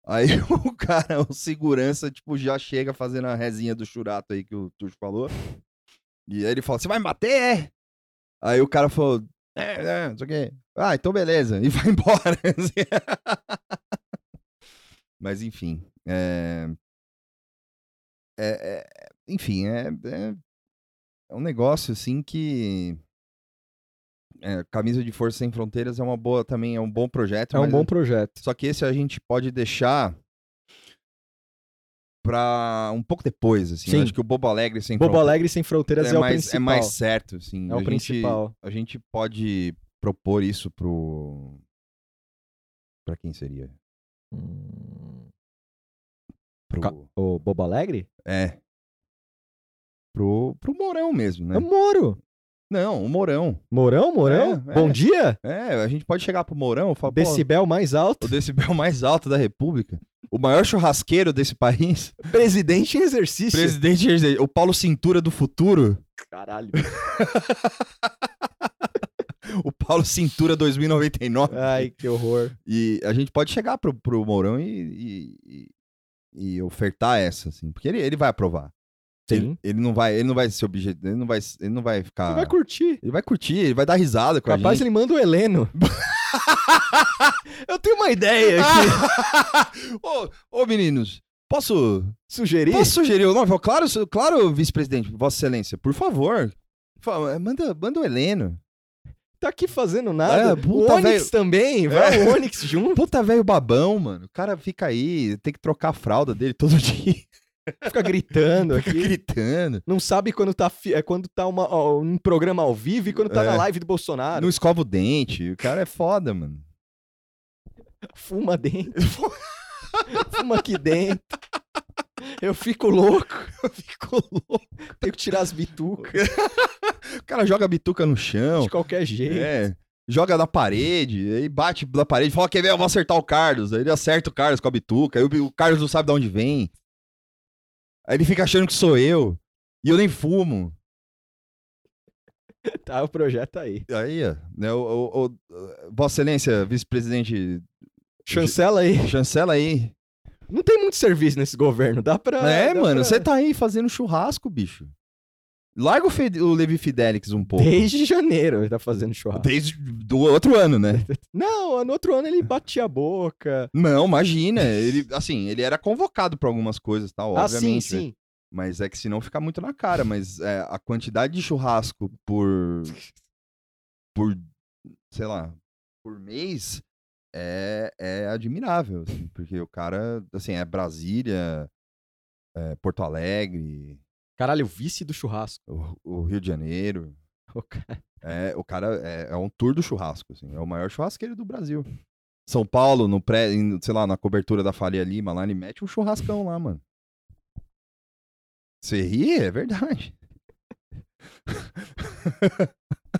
S2: Aí [laughs] o cara, o segurança, tipo, já chega fazendo a resinha do churato aí que o Tuxo falou. E aí ele fala, você vai me bater, é? Aí o cara falou, é, é, não sei o quê. Ah, então beleza. E [laughs] vai embora. assim. Mas enfim, é... é- é- Enfim, é... é- é um negócio, assim, que... é, Camisa de Força Sem Fronteiras é uma boa também, é um bom projeto.
S1: É um
S2: mas
S1: bom projeto.
S2: só que esse a gente pode deixar pra um pouco depois, assim. Eu
S1: Sim.
S2: acho que o Bobo Alegre sem
S1: Bobo
S2: Fronteiras
S1: Alegre e Sem Fronteiras é,
S2: é
S1: o
S2: mais,
S1: principal.
S2: é mais certo, assim.
S1: É
S2: a
S1: o
S2: gente-
S1: principal.
S2: a gente pode propor isso pro... Pra quem seria?
S1: Hum,
S2: Pro...
S1: Ca- O Bobo Alegre?
S2: É. Pro, pro Mourão mesmo, né?
S1: É o Moro.
S2: Não, o Mourão.
S1: Mourão, Mourão?
S2: É, é.
S1: Bom dia?
S2: É, a gente pode chegar pro Mourão e falar, pô,
S1: Decibel mais alto.
S2: é o decibel mais alto da república, o maior churrasqueiro desse
S1: [laughs]
S2: país...
S1: Presidente em exercício.
S2: Presidente, o Paulo Cintura do futuro,
S1: [laughs] Caralho.
S2: o Paulo Cintura 2099.
S1: Ai, que horror.
S2: E a gente pode chegar pro, pro Mourão e, e, e- e ofertar essa, assim, porque ele, ele vai aprovar.
S1: Sim.
S2: Ele, ele não vai, ele não vai ser objetivo, ele não vai, ele não vai ficar.
S1: Você vai curtir.
S2: ele vai curtir, ele vai dar risada Ah. com
S1: Capaz
S2: a gente.
S1: ele manda o Heleno. Ah! Eu tenho uma ideia aqui.
S2: [laughs] ô, ô, meninos, posso,
S1: Sugerir?
S2: posso sugerir o nome? Claro, su- claro, vice-presidente, Vossa Excelência, por favor. Fa- eh, Manda, manda o Heleno.
S1: Tá aqui fazendo nada.
S2: É, puta,
S1: o Onix
S2: velho.
S1: também. Vai
S2: É.
S1: o Onix junto.
S2: Puta velho babão, mano. O cara fica aí, tem que trocar a fralda dele todo [laughs] dia,
S1: Fica
S2: [laughs]
S1: gritando
S2: fica
S1: aqui.
S2: gritando.
S1: Não sabe quando tá, fi- é quando tá uma, ó, um programa ao vivo e quando tá
S2: É.
S1: na live do Bolsonaro.
S2: Não escova o dente. O cara é foda, mano. [laughs]
S1: Fuma dentro. Fuma aqui dentro. Eu fico louco.
S2: Ficou louco.
S1: Tem que tirar as bitucas
S2: O cara joga a bituca no chão.
S1: de qualquer jeito.
S2: É. Joga na parede, aí bate na parede, fala, quer ver, eu vou acertar o Carlos. Aí ele acerta o Carlos com a bituca, aí o, o Carlos não sabe de onde vem. Aí ele fica achando que sou eu, e eu nem fumo.
S1: Tá, o projeto aí.
S2: Aí, ó, né, o, o- o- Vossa Excelência, vice-presidente,
S1: Chancela aí.
S2: chancela aí.
S1: Não tem muito serviço nesse governo, dá pra.
S2: é,
S1: dá
S2: mano,
S1: pra-
S2: você tá aí fazendo churrasco, bicho. Larga o, Fed- o Levi Fidelix um pouco. Ah.
S1: Desde janeiro ele tá fazendo churrasco.
S2: Desde do outro ano,
S1: [laughs]
S2: né?
S1: Não, no outro ano ele batia a boca.
S2: Não, imagina. Ele, assim, ele era convocado pra algumas coisas, tal,
S1: Ah,
S2: obviamente.
S1: sim,
S2: né?
S1: sim.
S2: Mas é que senão fica muito na cara. Mas é, a quantidade de churrasco por. por. sei lá. por mês é, é admirável. assim, porque o cara, assim, é Brasília, é Porto Alegre,
S1: Caralho, o vice do churrasco.
S2: o, o Rio de Janeiro.
S1: [laughs] O cara-
S2: É, o cara é, é um tour do churrasco, assim. É o maior churrasqueiro do Brasil. São Paulo, no pré, em, sei lá, na cobertura da Faria Lima, lá ele mete um churrascão lá, mano. Você ri? É verdade. [laughs]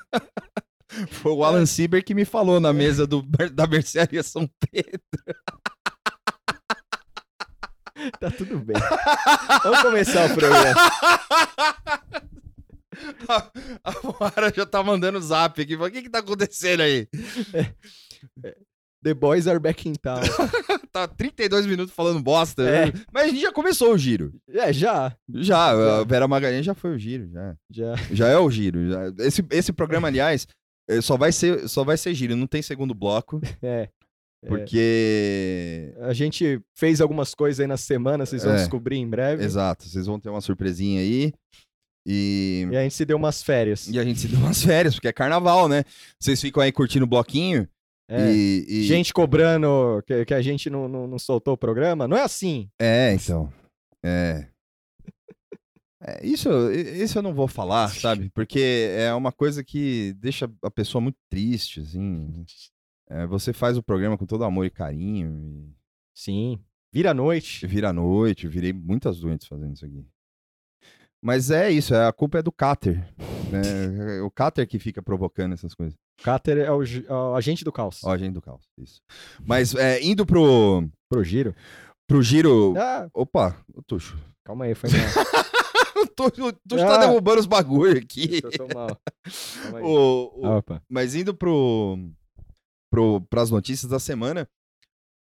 S2: Foi o Alan Sieber que me falou na mesa do, da mercearia São Pedro.
S1: Tá tudo bem. Vamos começar
S2: [laughs]
S1: o programa.
S2: A, [laughs] a Moara já tá mandando zap aqui. Fala, O que que tá acontecendo aí?
S1: The Boys are back in town.
S2: Tá 32 minutos falando bosta.
S1: É.
S2: né? Mas a gente já começou o giro.
S1: É, já.
S2: Já, a
S1: Já.
S2: Vera Magalhães já foi o giro, já.
S1: Já.
S2: Já é o giro. já. Esse, esse programa, aliás, eh, só vai, ser, só vai ser giro, não tem segundo bloco,
S1: [laughs] É.
S2: porque.
S1: A gente fez algumas coisas aí na semana, vocês vão
S2: É.
S1: descobrir em breve.
S2: Exato, vocês vão ter uma surpresinha aí. E.
S1: E a gente se deu umas férias.
S2: E a gente se deu umas férias, porque é carnaval, né? Vocês ficam aí curtindo o bloquinho
S1: É.
S2: e, e-
S1: Gente cobrando que, que a gente não, não, não soltou o programa. Não é assim.
S2: É, então. É. É, isso, i- isso eu não vou falar, sabe? Porque é uma coisa que deixa a pessoa muito triste, assim. É, você faz o programa com todo amor e carinho.
S1: Sim. Vira a noite.
S2: E vira à noite, eu virei muitas noites fazendo isso aqui. Mas é isso, é- a culpa é do Cáter. né? É o Cáter que fica provocando essas coisas.
S1: Cáter é o, ju- é o agente do caos.
S2: Ó, gente do caos, isso. Mas é, indo pro,
S1: Pro giro.
S2: pro giro.
S1: Ah,
S2: Opa, o Tuxo.
S1: calma aí, foi mal.
S2: [laughs] O Tuxo, o Tuxo tá
S1: Ah.
S2: derrubando os bagulho aqui.
S1: Eu tô mal. Calma aí.
S2: O- o-
S1: Opa.
S2: Mas indo pro, pro, pras notícias da semana.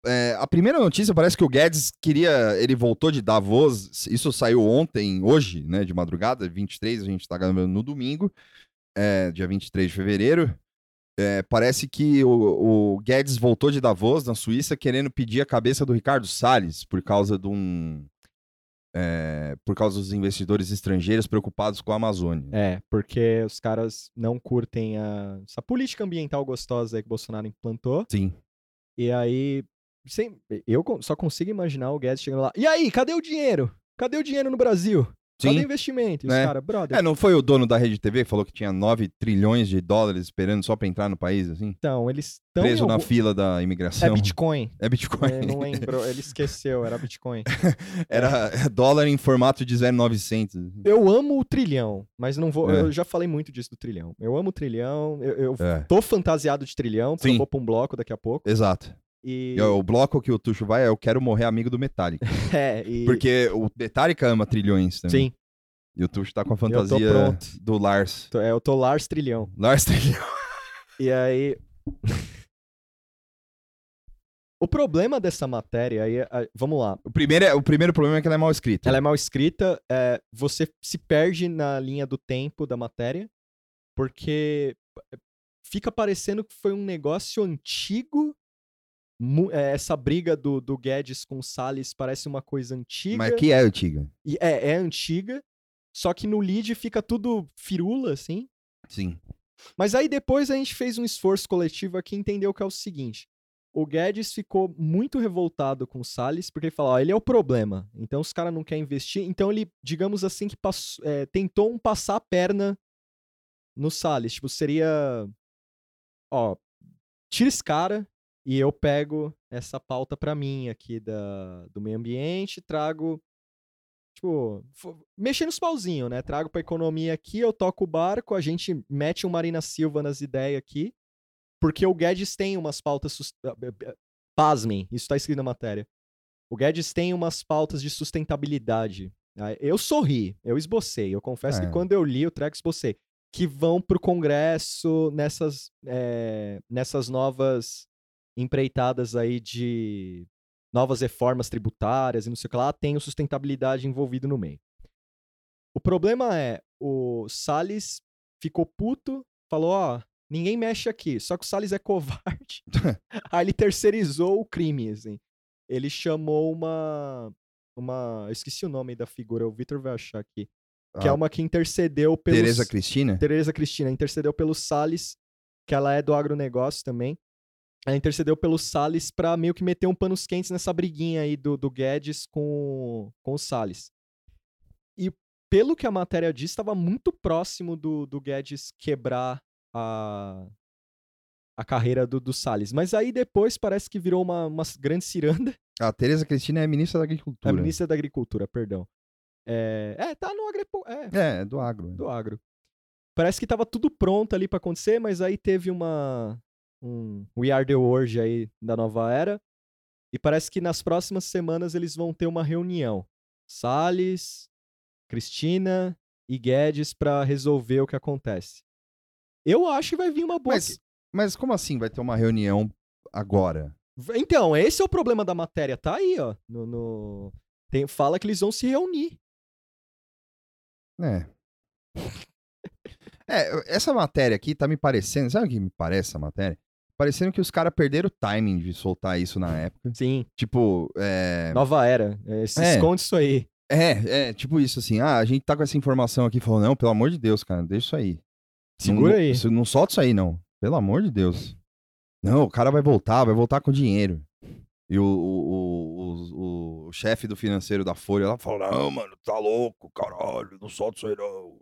S2: é, a primeira notícia parece que o Guedes queria. Ele voltou de Davos. Isso saiu ontem, hoje, né? De madrugada, 23, a gente tá gravando no domingo, é, dia 23 de fevereiro. É, parece que o, o Guedes voltou de Davos, na Suíça, querendo pedir a cabeça do Ricardo Salles por causa de um. é, por causa dos investidores estrangeiros preocupados com a Amazônia.
S1: É, porque os caras não curtem a- essa política ambiental gostosa aí que o Bolsonaro implantou.
S2: Sim.
S1: E aí, sem- eu con- só consigo imaginar o Guedes chegando lá. E aí, cadê o dinheiro? Cadê o dinheiro no Brasil? Cadê o investimento? E os
S2: É.
S1: caras, brother,
S2: É, não foi o dono da rede TV que falou que tinha 9 trilhões de dólares esperando só pra entrar no país, assim?
S1: então, eles estão.
S2: preso na fila da imigração.
S1: É Bitcoin.
S2: [laughs] É Bitcoin.
S1: É, não lembro, ele esqueceu, era Bitcoin.
S2: Era é dólar em formato de 0,900.
S1: Eu amo o trilhão, mas não vou.
S2: É.
S1: Eu já falei muito disso do trilhão. Eu amo o trilhão, eu, eu
S2: É,
S1: tô fantasiado de trilhão, porque
S2: Sim.
S1: eu vou pra um bloco daqui a pouco.
S2: exato.
S1: E.
S2: E o bloco que o Tuxo vai é Eu Quero Morrer Amigo do Metallica.
S1: [laughs] É, e.
S2: Porque o Metallica ama trilhões também.
S1: Sim,
S2: E o Tuxo tá com a
S1: tô
S2: fantasia
S1: pronto.
S2: do Lars.
S1: tô- é, eu tô Lars Trilhão.
S2: Lars tá Trilhão.
S1: E aí. [laughs] o problema dessa matéria aí. é- a- Vamos lá.
S2: O primeiro, é- o primeiro problema é que ela é mal escrita.
S1: Ela é mal escrita, é, você se perde na linha do tempo da matéria, porque é, fica parecendo que foi um negócio antigo. mu- é, Essa briga do, do Guedes com o Salles parece uma coisa antiga.
S2: Mas que é antiga.
S1: e é, é antiga. Só que no lead fica tudo firula, assim.
S2: Sim.
S1: Mas aí depois a gente fez um esforço coletivo aqui e entendeu que é o seguinte. O Guedes ficou muito revoltado com o Salles, porque ele falou, ó, ele é o problema. Então os caras não querem investir. Então ele, digamos assim, que pass- é, tentou um passar a perna no Salles. Tipo, seria. Ó, tira esse cara e eu pego essa pauta pra mim aqui da, do meio ambiente, trago Tipo, fo- mexer nos pauzinhos, né? Trago pra economia aqui, eu toco o barco, a gente mete o Marina Silva nas ideias aqui, porque o Guedes tem umas pautas. sus- ah, b- b- Pasmem, isso tá escrito na matéria. O Guedes tem umas pautas de sustentabilidade. Ah, Eu sorri, eu esbocei. Eu confesso
S2: É.
S1: que quando eu li, eu trago esbocei. Que vão pro Congresso nessas, eh, nessas novas empreitadas aí de novas reformas tributárias e não sei o que lá, tem o sustentabilidade envolvido no meio. O problema é, o Salles ficou puto, falou, ó, ninguém mexe aqui, só que o Salles é covarde. [laughs] Aí ele terceirizou o crime, assim. Ele chamou uma... uma eu esqueci o nome da figura, o Vitor vai achar aqui.
S2: Ah,
S1: Que é uma que intercedeu pelos...
S2: Tereza Cristina?
S1: Tereza Cristina intercedeu pelo Salles, que ela é do agronegócio também. Ela intercedeu pelo Salles pra meio que meter um panos quentes nessa briguinha aí do, do Guedes com, o- com o Salles. E pelo que a matéria diz, estava muito próximo do, do Guedes quebrar a, a carreira do, do Salles. Mas aí depois parece que virou uma, uma grande ciranda.
S2: A Tereza Cristina é ministra da
S1: A
S2: Agricultura.
S1: ministra da Agricultura, perdão. É, é tá no agripo, é,
S2: É, do agro.
S1: do agro. Parece que tava tudo pronto ali pra acontecer, mas aí teve uma um We Are the World aí da nova era. E parece que nas próximas semanas eles vão ter uma reunião. Salles, Cristina e Guedes pra resolver o que acontece. Eu acho que vai vir uma boa.
S2: Mas, mas como assim vai ter uma reunião agora?
S1: Então, esse é o problema da matéria, tá aí, ó. No, no- Tem... Fala que eles vão se reunir.
S2: É. É, eu- essa matéria aqui tá me parecendo. Sabe o que me parece essa matéria? Parecendo que os caras perderam o timing de soltar isso na época.
S1: Sim,
S2: Tipo, Uhum. é.
S1: nova era. É, se
S2: É.
S1: esconde isso aí.
S2: É, é, tipo isso assim. Ah, a gente tá com essa informação aqui. Falou, não, pelo amor de Deus, cara, deixa isso aí.
S1: Segura
S2: não,
S1: aí.
S2: isso- Não solta isso aí, não. Pelo amor de Deus. Não, o cara vai voltar, vai voltar com dinheiro. E o, o, o, o- o chefe do financeiro da Folha lá falou: Não, mano, tá louco, caralho, não solta isso aí, não.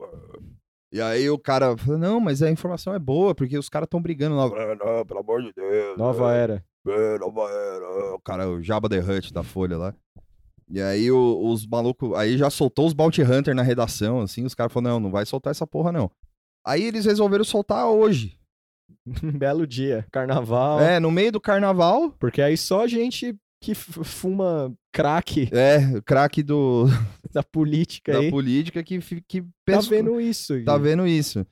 S2: E aí o cara falou: Não, mas a informação é boa, porque os caras estão brigando lá. "Ah, Não, pelo amor de Deus.
S1: Nova
S2: é,
S1: era.
S2: é, nova era. O cara, o Jabba the Hutt da Folha lá. E aí o- os malucos. Aí já soltou os Bounty Hunter na redação, assim. Os caras falaram: Não, não vai soltar essa porra, não. Aí eles resolveram soltar hoje.
S1: [laughs] Belo dia. Carnaval.
S2: É, no meio do carnaval.
S1: Porque aí só gente que f- fuma crack [laughs]
S2: É, o craque do,
S1: da política
S2: da
S1: aí
S2: política que, fi- que
S1: tá
S2: pensa-
S1: vendo isso.
S2: tá
S1: gente.
S2: vendo isso.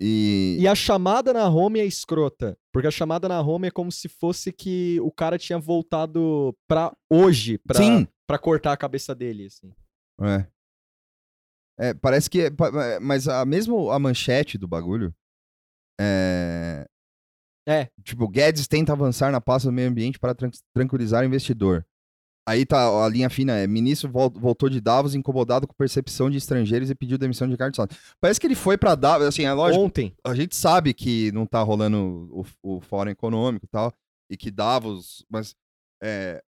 S2: E,
S1: E a chamada na home é escrota. Porque a chamada na home é como se fosse que o cara tinha voltado pra hoje pra,
S2: Sim.
S1: pra cortar a cabeça dele, assim.
S2: É. É, parece que. é pa- é, Mas a, mesmo a manchete do bagulho. É.
S1: É.
S2: Tipo, Guedes tenta avançar na pasta do meio ambiente para tran- tranquilizar o investidor. Aí tá a linha fina: é ministro vol- voltou de Davos incomodado com percepção de estrangeiros e pediu demissão de Ricardo Salles. Parece que ele foi para Davos, assim, é lógico
S1: Ontem.
S2: a gente sabe que não tá rolando o, o fórum econômico e tal, e que Davos, mas é,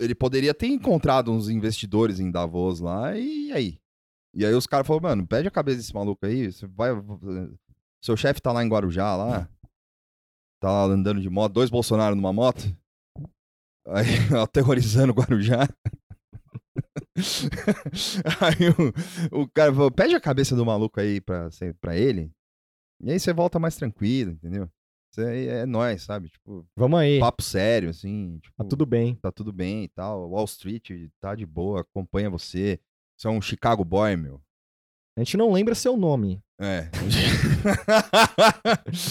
S2: ele poderia ter encontrado uns investidores em Davos lá, e aí? E aí os caras falaram, mano, pede a cabeça desse maluco aí, você vai. Seu chefe tá lá em Guarujá, lá. Tá lá andando de moto, dois Bolsonaro numa moto. Aí, [laughs] aterrorizando Guarujá. [laughs] aí o, o cara falou, pede a cabeça do maluco aí pra, cê- pra ele. E aí você volta mais tranquilo, entendeu? Isso aí é nóis, sabe? Tipo,
S1: Vamos aí.
S2: papo sério, assim. Tipo,
S1: É. Tá tudo bem.
S2: tá tudo bem e tal. Wall Street tá de boa, acompanha você. Você é um Chicago boy, meu.
S1: A gente não lembra seu nome.
S2: É.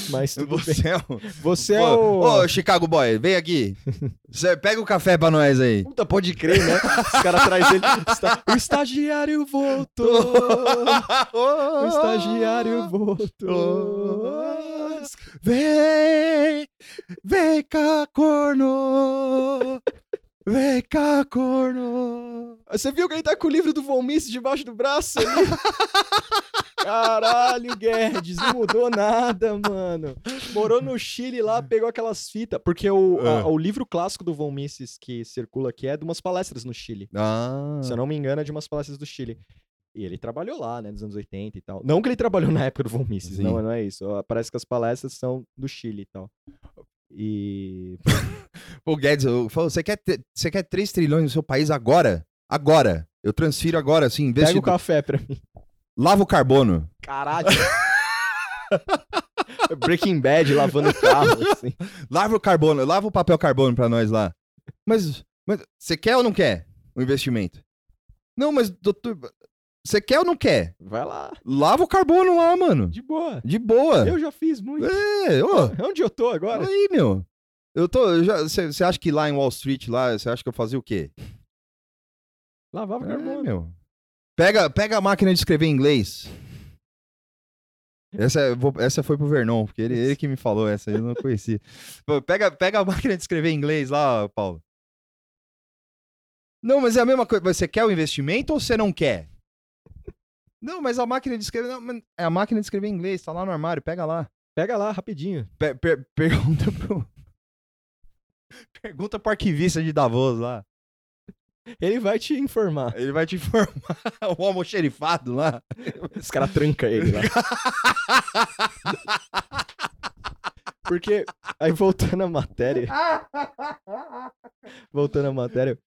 S1: Mas [laughs] tudo
S2: você [laughs] é um...
S1: Você é
S2: Ô,
S1: o.
S2: ô, Chicago boy, vem
S1: [laughs]
S2: aqui. Você pega o café pra nós aí.
S1: Puta, pode crer, né? [laughs] Os caras atrás dele. Está- O estagiário
S2: [laughs]
S1: voltou! O estagiário voltou.
S2: Vem, vem cá, corno. Vem cá, corno.
S1: Você viu que ele tá com o livro do Von Mises debaixo do braço ali? [laughs] Caralho, Guedes, não mudou nada, mano. Morou no Chile lá, pegou aquelas fitas. Porque o, a-
S2: Ah.
S1: o livro clássico do Von Mises que circula aqui é de umas palestras no Chile.
S2: Ah,
S1: Se eu não me engano, é de umas palestras do Chile. E ele trabalhou lá, né, nos anos 80 e tal. Não que ele trabalhou na época do Von Mises,
S2: Sim.
S1: não, não é isso. Ó, Parece que as palestras são do Chile e tal. E
S2: o Guedes eu- falou: você quer, ter- você quer 3 trilhões no seu país agora? Agora. Eu transfiro agora, assim,
S1: Pega o
S2: investido.
S1: café pra mim.
S2: Lava o carbono.
S1: Caralho. [laughs] Breaking Bad lavando o carro, assim.
S2: Lava o carbono. Lava o papel carbono pra nós lá. Mas, mas você quer ou não quer o investimento? Não, mas, doutor, você quer ou não quer?
S1: Vai lá,
S2: Lava o carbono lá, mano.
S1: de boa.
S2: De boa.
S1: Eu já fiz muito.
S2: É, ô.
S1: Onde eu tô agora?
S2: Olha aí, meu. Eu tô. Você acha que lá em Wall Street, lá, você acha que eu fazia o quê?
S1: Lavava
S2: É,
S1: carbono.
S2: meu. Pega, pega a máquina de escrever em inglês. Essa, é- vou- essa foi pro Vernon, porque ele, ele que me falou essa, eu não [laughs] conhecia. Pô, Pega, pega a máquina de escrever em inglês lá, Paulo. Não, mas é a mesma coisa. Você quer o investimento ou você não quer? Não, mas a máquina de escrever. não, mas é a máquina de escrever em inglês, tá lá no armário, pega lá.
S1: Pega lá, rapidinho.
S2: Pe- per- pergunta pro. [laughs] Pergunta pro arquivista de Davos lá.
S1: Ele vai te informar.
S2: Ele vai te informar. [laughs] o almoxerifado lá.
S1: [laughs] Os caras trancam ele lá. [laughs] Porque, aí voltando
S2: [laughs]
S1: à matéria. voltando à matéria.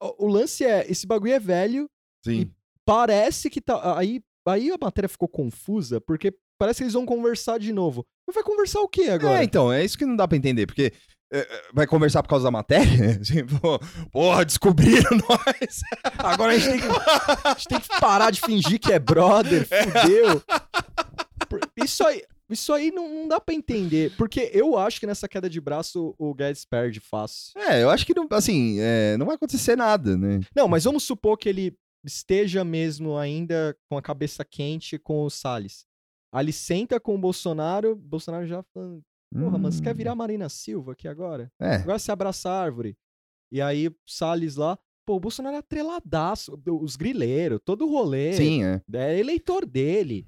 S1: o- O, o lance é: esse bagulho é velho.
S2: Sim.
S1: Parece que tá. Aí, aí a matéria ficou confusa, porque parece que eles vão conversar de novo. Mas vai conversar o quê agora?
S2: É, então, é isso que não dá pra entender, porque. é, é, Vai conversar por causa da matéria? [laughs] Assim, pô, Porra, descobriram nós!
S1: então, Agora a gente, tem que, a gente tem que parar de fingir que é brother, fudeu. Por- Isso aí, isso aí não, não dá pra entender. Porque eu acho que nessa queda de braço o Guedes perde fácil.
S2: É, eu acho que não, assim, é, não vai acontecer nada, né?
S1: Não, mas vamos supor que ele esteja mesmo ainda com a cabeça quente com o Salles. Aí ele senta com o Bolsonaro, Bolsonaro já falando, porra, mas
S2: Hum.
S1: quer virar Marina Silva aqui agora?
S2: É,
S1: Agora se abraça a árvore. E aí Salles lá, pô, o Bolsonaro é atreladaço, os grileiros, todo o rolê.
S2: sim, é.
S1: É eleitor dele.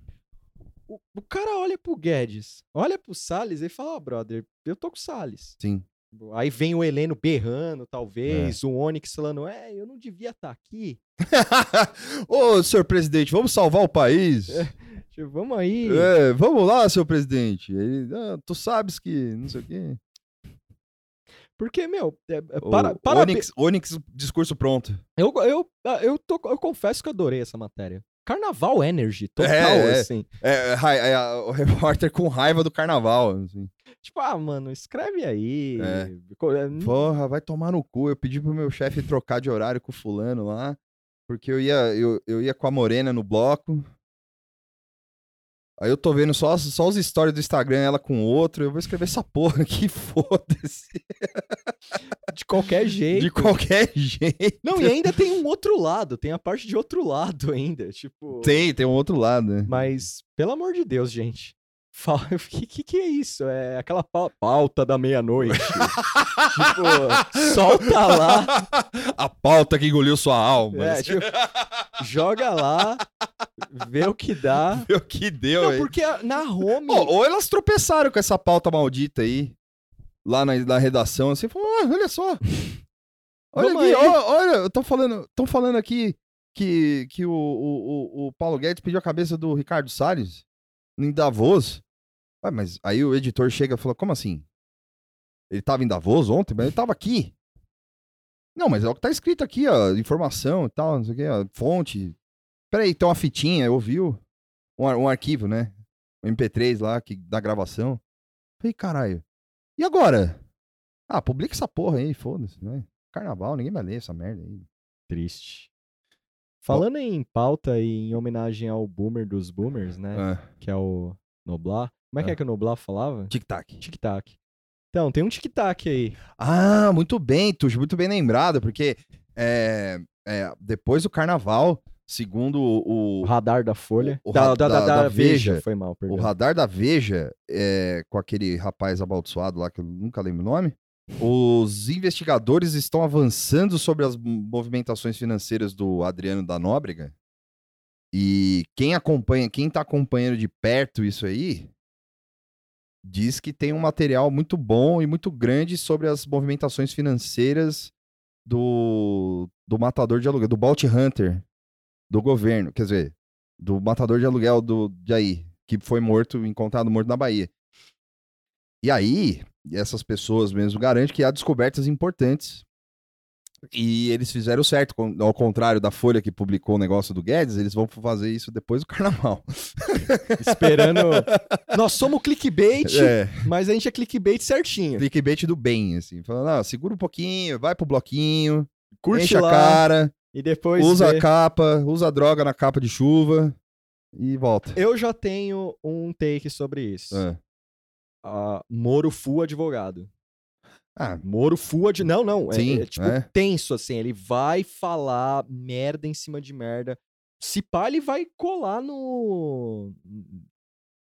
S1: O, o cara olha pro Guedes, olha pro Salles e fala: Ó, brother, eu tô com o Salles.
S2: Sim.
S1: Aí vem o Heleno berrando, talvez, o Onyx falando: É, eu não devia estar aqui.
S2: [laughs] Ô, senhor presidente, vamos salvar o país?
S1: Tipo, vamos aí.
S2: É, vamos lá, seu presidente. Ele, "Ah, tu sabes que não sei o quê.
S1: Porque, meu, é, é,
S2: O
S1: para, para
S2: Onyx, Onyx, discurso pronto.
S1: eu, eu, eu, tô, eu confesso que eu adorei essa matéria. Carnaval Energy, total,
S2: É, é.
S1: assim.
S2: É, é, ra- é, a- o [laughs] repórter com raiva do carnaval. assim.
S1: Tipo, ah, mano, escreve aí.
S2: É.
S1: Co- é, n-
S2: Porra, vai tomar no cu. Eu pedi pro meu chefe trocar de horário com o fulano lá. Porque eu ia, eu, eu ia com a Morena no bloco. Aí eu tô vendo só, as- só os stories do Instagram, ela com outro. Eu vou escrever essa porra aqui, [laughs] foda-se.
S1: De qualquer
S2: [laughs]
S1: jeito.
S2: De qualquer [laughs] jeito.
S1: Não, e ainda tem um outro lado, tem a parte de outro lado ainda. Tipo.
S2: Tem, tem um outro lado, né?
S1: Mas, pelo amor de Deus, gente. Fala, [laughs] o que, que, que é isso? É aquela pau- pauta
S2: [laughs]
S1: da meia-noite. tipo, solta lá.
S2: [laughs] A pauta que engoliu sua alma. [laughs]
S1: É, tipo, joga lá, vê o que dá.
S2: Meu, que deu,
S1: Não,
S2: hein?
S1: porque a- na home.
S2: Ô, ou elas tropeçaram com essa pauta maldita aí, lá na, na redação, assim, falou, "Ah, olha
S1: [laughs]
S2: só. Olha
S1: Vamos
S2: aqui,
S1: aí."
S2: ó, olha, estão falando, tão falando aqui que, que o, o, o- o Paulo Guedes pediu a cabeça do Ricardo Salles em Davos. Ué, mas aí o editor chega e fala, como assim? Ele tava em Davos ontem, mas ele tava aqui. Não, mas é o que tá escrito aqui, ó, informação e tal, não sei o que, ó, fonte. Peraí, tem uma fitinha, ouviu? Um, ar- um arquivo, né? o MP3 lá que, da gravação. Falei, caralho. E agora? Ah, publica essa porra aí, foda-se, né? Carnaval, ninguém vai ler essa merda aí.
S1: Triste. Falando em pauta e em homenagem ao boomer dos boomers, né? Que é o Noblar. Como é que é que o Noblar falava?
S2: Tic-tac.
S1: Tic-tac. Então, tem um tic-tac aí.
S2: Ah, muito bem, Tuxo, muito bem lembrado, porque é, é, depois do carnaval, segundo o,
S1: O
S2: o-
S1: radar da Folha.
S2: O- o
S1: da,
S2: ra-
S1: da, da,
S2: da- da
S1: Veja.
S2: Veja.
S1: Foi mal,
S2: o
S1: perdão.
S2: radar da Veja, é, com aquele rapaz abaldiçoado lá, que eu nunca lembro o nome, os investigadores estão avançando sobre as movimentações financeiras do Adriano da Nóbrega. E quem acompanha, quem tá acompanhando de perto isso aí, diz que tem um material muito bom e muito grande sobre as movimentações financeiras do, do matador de aluguel, do Bounty Hunter, do governo, quer dizer, do matador de aluguel do, de aí, que foi morto, encontrado morto na Bahia. E aí, essas pessoas mesmo garantem que há descobertas importantes E eles fizeram certo, con- ao contrário da Folha que publicou o negócio do Guedes, eles vão fazer isso depois do [laughs] carnaval.
S1: Esperando. [laughs] Nós somos clickbait,
S2: É,
S1: mas a gente é clickbait certinho.
S2: clickbait do bem, assim. Falando, ah, segura um pouquinho, vai pro bloquinho,
S1: Curte
S2: enche
S1: lá é."
S2: a cara,
S1: e depois.
S2: usa
S1: vê.
S2: a capa, usa a droga na capa de chuva e volta.
S1: Eu já tenho um take sobre isso.
S2: É.
S1: Ah, Moro full advogado.
S2: Ah,
S1: Moro full advogado. Não, não. é-
S2: Sim,
S1: é, tipo
S2: é.
S1: tenso, assim. Ele vai falar merda em cima de merda. Se pá, ele vai colar no.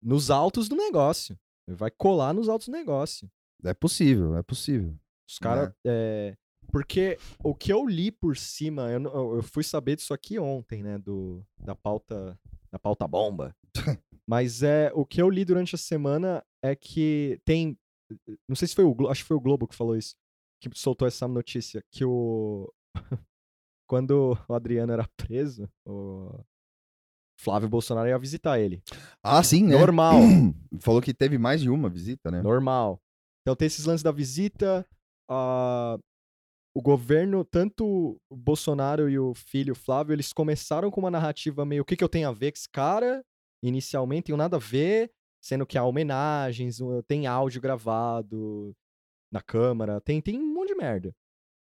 S1: Nos altos do negócio. Ele vai colar nos altos do negócio.
S2: é possível, é possível.
S1: Os caras. porque o que eu li por cima, eu, não- eu- eu fui saber disso aqui ontem, né? Do, da pauta. Da pauta bomba. Mas é, o que eu li durante a semana é que tem. Não sei se foi o Globo. Acho que foi o Globo que falou isso. Que soltou essa notícia. Que o. [laughs] Quando o Adriano era preso, o Flávio Bolsonaro ia visitar ele. É.
S2: Ah, sim, né?
S1: Normal.
S2: Falou que teve mais de uma visita, né?
S1: Normal. Então tem esses lances da visita. ah, o governo, tanto o Bolsonaro e o filho Flávio, eles começaram com uma narrativa meio: o que, que eu tenho a ver com esse cara? Inicialmente, tenho nada a ver, sendo que há homenagens, um- tem áudio gravado na Câmara, tem, tem um monte de merda.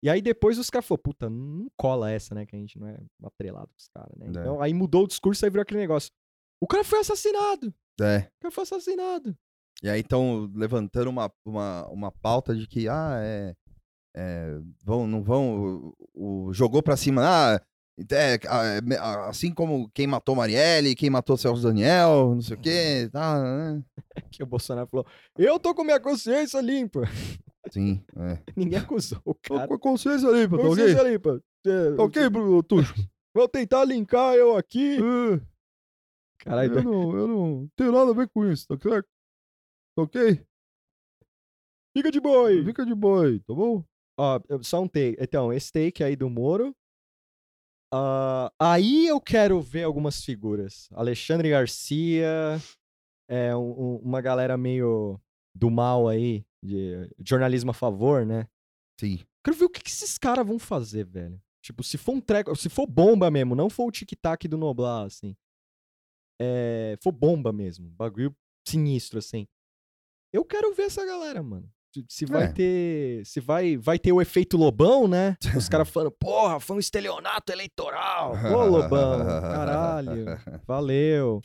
S1: E aí depois os caras falaram: puta, não cola essa, né? Que a gente não é atrelado com os caras, né?
S2: É.
S1: Então aí mudou o discurso, aí virou aquele negócio: o cara foi assassinado, o
S2: É.
S1: cara foi assassinado.
S2: E aí estão levantando uma, uma, uma pauta de que, ah, é. é, vão, não vão. O, o- jogou pra cima, ah, é, a- me- a- assim como quem matou Marielle, quem matou Celso Daniel, não sei o quê, tá, né?
S1: que o Bolsonaro falou: Eu tô com minha consciência limpa.
S2: Sim, é.
S1: [laughs] Ninguém acusou o cara.
S2: com a consciência limpa,
S1: Consciência limpa. É,
S2: Tá Bruno Tuxo?
S1: Vou tentar linkar eu aqui. [laughs] Caralho, tá- então.
S2: não, É, eu não tenho nada a ver com isso, tá certo? Tá ok?
S1: fica de boa aí.
S2: de boa aí, tá bom?
S1: Ó, eu- só um take. Então, esse take aí do Moro. Ah, aí eu quero ver algumas figuras. Alexandre Garcia, é, um- um- uma galera meio do mal aí, de jornalismo a favor, né?
S2: Sim.
S1: Quero ver o que, que esses caras vão fazer, velho. Tipo, se for um treco, se for bomba mesmo, não for o tic-tac do Noblar, assim. É, for bomba mesmo, bagulho sinistro, assim. Eu quero ver essa galera, mano. Se- Se vai
S2: É.
S1: ter. Se vai, vai ter o efeito Lobão, né?
S2: [laughs]
S1: Os caras falando, porra, foi um estelionato eleitoral. Ô, Lobão,
S2: [laughs]
S1: caralho. Valeu.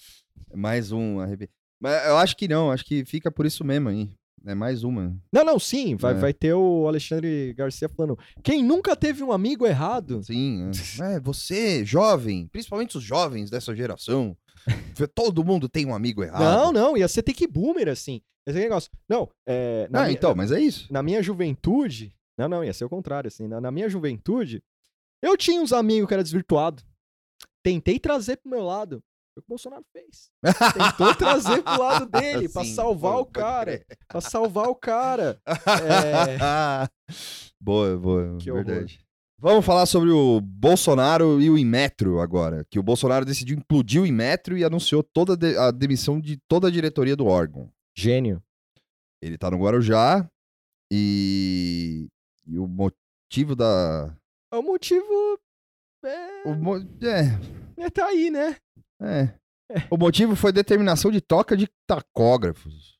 S2: Mais um arrepi... Mas eu acho que não, acho que fica por isso mesmo aí. É mais uma.
S1: Não, não, sim, vai,
S2: É.
S1: vai ter o Alexandre Garcia falando. Quem nunca teve um amigo errado?
S2: Sim. É. É, você, jovem, principalmente os jovens dessa geração, vê- todo mundo tem um amigo errado.
S1: Não, não, ia ser take boomer, assim. Esse negócio. Não, é, na,
S2: Ah,
S1: minha,
S2: então, mas é isso.
S1: na minha juventude. Não, não, ia ser o contrário, assim. Na, na minha juventude, eu tinha uns amigos que era desvirtuado. Tentei trazer pro meu lado. Foi o que o Bolsonaro fez. Tentou trazer pro
S2: [laughs]
S1: lado [laughs] dele, pra
S2: Sim,
S1: salvar
S2: pô,
S1: o
S2: pode
S1: cara.
S2: crer.
S1: Pra salvar o
S2: [laughs]
S1: cara. É,
S2: Boa, boa,
S1: Que horror.
S2: É verdade. Vamos falar sobre o Bolsonaro e o Inmetro agora, que o Bolsonaro decidiu implodir o Inmetro e anunciou toda a de- a demissão de toda a diretoria do órgão.
S1: gênio.
S2: Ele tá no Guarujá e, e o motivo da.
S1: O um motivo é,
S2: O mo- é,
S1: é tá aí, né?
S2: é. O motivo foi determinação de toca de tacógrafos,